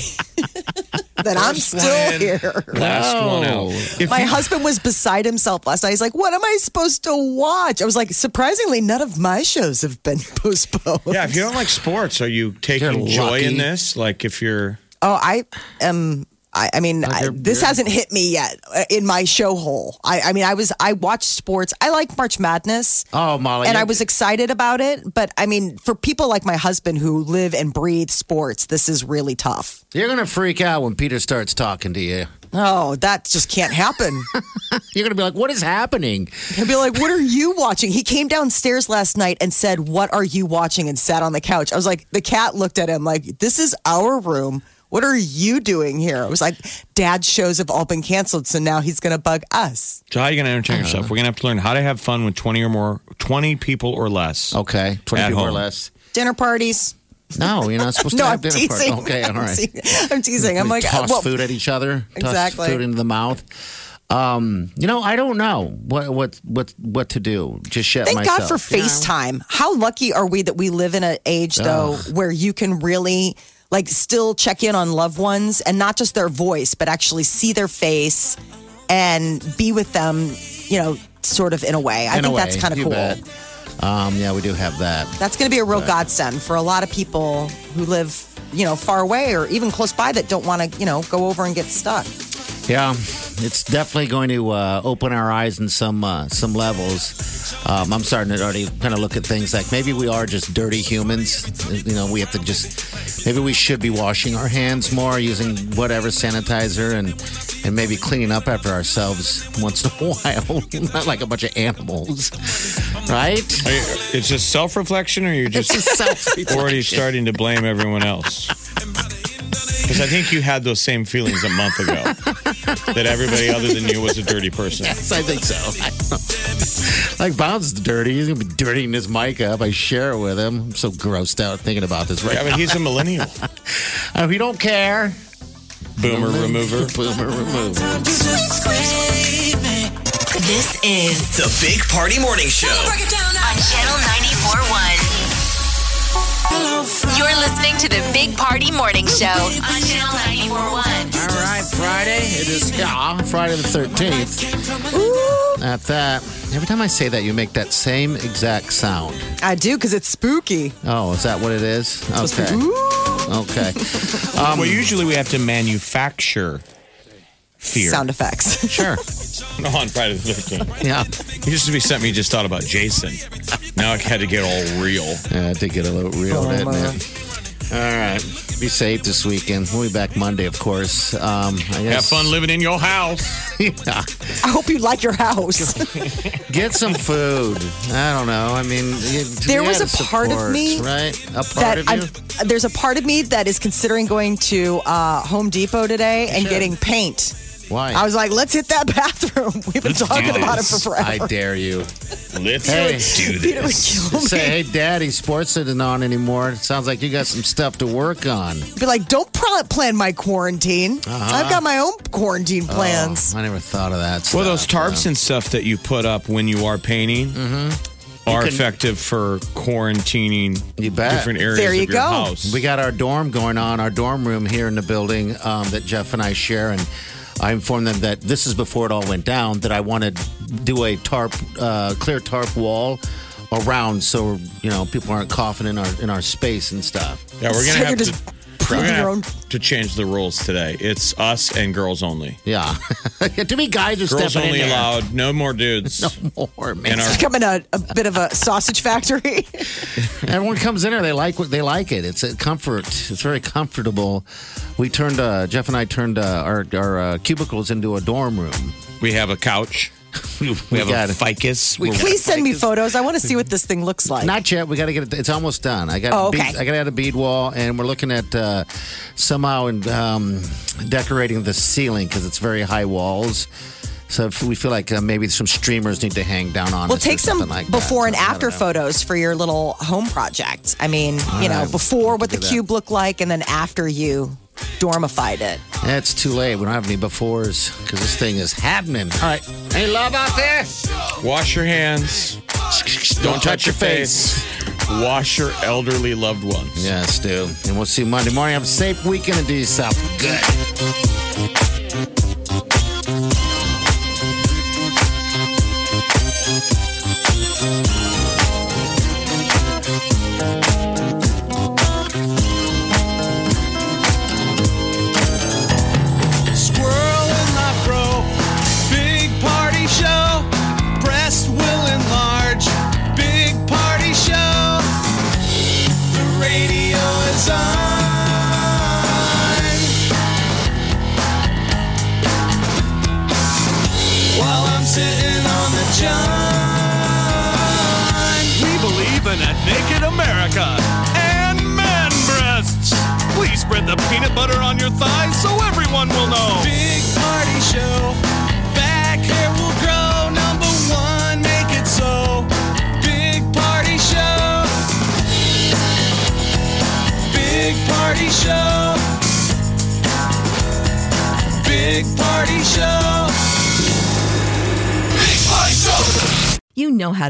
Speaker 4: that I'm still
Speaker 6: one in.
Speaker 4: here.
Speaker 6: Last one
Speaker 5: No.
Speaker 6: out. If
Speaker 4: My
Speaker 6: you-
Speaker 4: husband was beside himself last night. He's like, what am I supposed to watch? I was like, surprisingly, none of my shows have been postponed.
Speaker 6: yeah, if you don't like sports, are you
Speaker 5: You're
Speaker 6: taking joy
Speaker 5: lucky.
Speaker 6: in this? Like if you're
Speaker 4: Oh, I am. I, I mean, I,
Speaker 5: you're-
Speaker 4: this
Speaker 5: you're-
Speaker 4: hasn't hit me yet uh, in my show hole. I, I mean, I was I watched sports. I like March Madness.
Speaker 5: Oh, Molly.
Speaker 4: and I
Speaker 5: you-
Speaker 4: was excited about it, but I mean, for people like my husband who live and breathe sports, this is really tough.
Speaker 5: You're going to freak out when Peter starts talking to you.
Speaker 4: Oh, that just can't happen.
Speaker 5: You're going to be like, what is happening?
Speaker 4: He'll be like, "What are you watching?" He came downstairs last night and said, "What are you watching?" and sat on the couch. I was like, the cat looked at him like, "This is our room. What are you doing here?" I was like, "Dad's shows have all been canceled, so now he's going to bug us."
Speaker 6: so how are you gonna entertain yourself? We're gonna have to learn how to have fun with twenty or more twenty people or less.
Speaker 5: Okay, twenty
Speaker 6: At
Speaker 5: people or
Speaker 6: home.
Speaker 5: less.
Speaker 4: Dinner parties.
Speaker 5: No, you're not supposed
Speaker 4: No,
Speaker 5: to
Speaker 4: I'm
Speaker 5: have dinner party.
Speaker 4: teasing.
Speaker 5: Okay, all
Speaker 4: I'm
Speaker 5: right.
Speaker 4: teasing. I'm teasing. I'm
Speaker 5: We
Speaker 4: like, uh,
Speaker 5: toss
Speaker 4: well,
Speaker 5: food at each other.
Speaker 4: Exactly.
Speaker 5: Toss food into the mouth. Um, you know, I don't know what what what what to do. Just shut
Speaker 4: Thank
Speaker 5: myself.
Speaker 4: God for FaceTime. How lucky are we that we live in an age though where you can really like still check in on loved ones and not just their voice, but actually see their face and be with them, you know, sort of in a way. I
Speaker 5: In a
Speaker 4: think that's
Speaker 5: way,
Speaker 4: kind of
Speaker 5: you
Speaker 4: cool.
Speaker 5: bet. Um, yeah, we do have that.
Speaker 4: That's going to be a real godsend for a lot of people who live, you know, far away or even close by that don't want to, you know, go over and get stuck.
Speaker 5: Yeah, it's definitely going to uh, open our eyes in some uh, some levels. Um, I'm starting to already kind of look at things like maybe we are just dirty humans. You know, we have to just maybe we should be washing our hands more, using whatever sanitizer, and and maybe cleaning up after ourselves once in a while, not like a bunch of animals, right?
Speaker 6: Are you, it's just self reflection or you're just already starting to blame everyone else? Because I think you had those same feelings a month ago that everybody other than you was a dirty person.
Speaker 5: Yes, I think so. like Bob's dirty. He's gonna be dirtying his mic up. I share it with him. I'm so grossed out thinking about this right
Speaker 6: Yeah, but he's a millennial.
Speaker 5: now. If you don't care,
Speaker 6: Boomer remover.
Speaker 5: boomer remove.
Speaker 3: This is
Speaker 2: The Big Party Morning Show.
Speaker 3: on Channel 94.1. You're listening to the Big Party Morning Show on Channel 941.
Speaker 5: All right, Friday. It is yeah, Friday the thirteenth. At that, every time I say that, you make that same exact sound.
Speaker 4: I do because it's spooky.
Speaker 5: Oh, is that what it is? Okay. Okay.
Speaker 6: well, usually we have to manufacture fear.
Speaker 4: Sound effects.
Speaker 5: Sure.
Speaker 6: No, on Friday the 13th.
Speaker 5: Yeah.
Speaker 6: It used to be something you just thought about Jason. Now it had to get all real.
Speaker 5: Yeah, I did get a little real,
Speaker 4: Oh,
Speaker 5: didn't
Speaker 4: my.
Speaker 5: it? All right. Be safe this weekend. We'll be back Monday, of course. Um, I
Speaker 6: Have
Speaker 5: guess,
Speaker 6: fun living in your house.
Speaker 5: Yeah.
Speaker 4: I hope you like your house.
Speaker 5: Get some food. I don't know. I mean, you-
Speaker 4: There
Speaker 5: you
Speaker 4: was
Speaker 5: gotta
Speaker 4: a part of
Speaker 5: support,
Speaker 4: me
Speaker 5: right? A part
Speaker 4: that
Speaker 5: of you.
Speaker 4: I'm, there's a part of me that is considering going to uh, Home Depot today and
Speaker 5: should.
Speaker 4: getting paint.
Speaker 5: Why?
Speaker 4: I was like, let's hit that bathroom. We've been
Speaker 6: Let's
Speaker 4: talking
Speaker 6: do
Speaker 4: about it for
Speaker 6: this.
Speaker 4: forever.
Speaker 5: I dare you.
Speaker 6: Let's
Speaker 5: Hey.
Speaker 6: do
Speaker 4: Peter would
Speaker 6: this.
Speaker 4: kill Oh, me.
Speaker 5: Say, hey, Daddy, sports isn't on anymore. It sounds like you got some stuff to work on.
Speaker 4: Be like, don't pl- plan my quarantine.
Speaker 5: Uh-huh.
Speaker 4: I've got my own quarantine
Speaker 5: Oh,
Speaker 4: plans.
Speaker 5: I never thought of that.
Speaker 6: Well, those
Speaker 5: stuff.
Speaker 6: tarps and stuff that you put up when you are painting are effective for quarantining
Speaker 5: You bet.
Speaker 6: different areas
Speaker 4: There you
Speaker 6: of your
Speaker 4: go.
Speaker 6: house.
Speaker 5: We got our dorm going on, our dorm room here in the building um, that Jeff and I share. And I informed them that this is before it all went down, that I want to do a tarp, uh, clear tarp wall around so, you know, people aren't coughing in our in our space and stuff.
Speaker 6: yeah, we're
Speaker 4: So
Speaker 6: gonna
Speaker 4: you're
Speaker 6: have
Speaker 4: just
Speaker 6: to.
Speaker 4: putting
Speaker 6: We're gonna
Speaker 4: your own-
Speaker 6: have to change the rules today. It's us and girls only.
Speaker 5: Yeah. Too many guys are
Speaker 6: Girls
Speaker 5: stepping
Speaker 6: only
Speaker 5: in there.
Speaker 6: allowed. No more dudes.
Speaker 5: More, man.
Speaker 6: And our-
Speaker 4: It's becoming a, a bit of a sausage factory.
Speaker 5: Everyone comes in here. They like what they like it. It's a comfort. It's very comfortable. We turned uh, Jeff and I turned uh, our our uh, cubicles into a dorm room.
Speaker 6: We have a couch. We, have
Speaker 5: got
Speaker 6: a
Speaker 5: it.
Speaker 6: ficus. We
Speaker 4: Please send me photos. I want to see what this thing looks like.
Speaker 5: Not yet. We got to get it. It's almost done. I got.
Speaker 4: Oh, okay.
Speaker 5: bead- I got to add a bead wall, and we're looking at uh, somehow and um, decorating the ceiling because it's very high walls. So if we feel like uh, maybe some streamers need to hang down on.
Speaker 4: Well,
Speaker 5: us
Speaker 4: take
Speaker 5: or
Speaker 4: some
Speaker 5: something like that.
Speaker 4: before and
Speaker 5: So, I
Speaker 4: after
Speaker 5: don't know.
Speaker 4: photos for your little home project. I mean, you know,
Speaker 5: right,
Speaker 4: before what the
Speaker 5: do that.
Speaker 4: cube looked like and then after you dormified it.
Speaker 5: Yeah, it's too late. We don't have any befores because this thing is happening. All right. Any love out there?
Speaker 6: Wash your hands. Don't touch your face. Wash your elderly loved ones.
Speaker 5: Yes, dude. And we'll see you Monday morning. Have a safe weekend and do yourself good.
Speaker 2: Squirrel in my fro. Big party show. Breast will enlarge. Big party show. The radio is on. While I'm sitting on the john.
Speaker 9: We believe in a naked America and man breasts. Please spread the peanut butter on your thighs so everyone will know.
Speaker 2: Big party show. Back hair will grow. Number one, make it so. Big party show. Big party show. Big party show. Big party show.
Speaker 10: You know how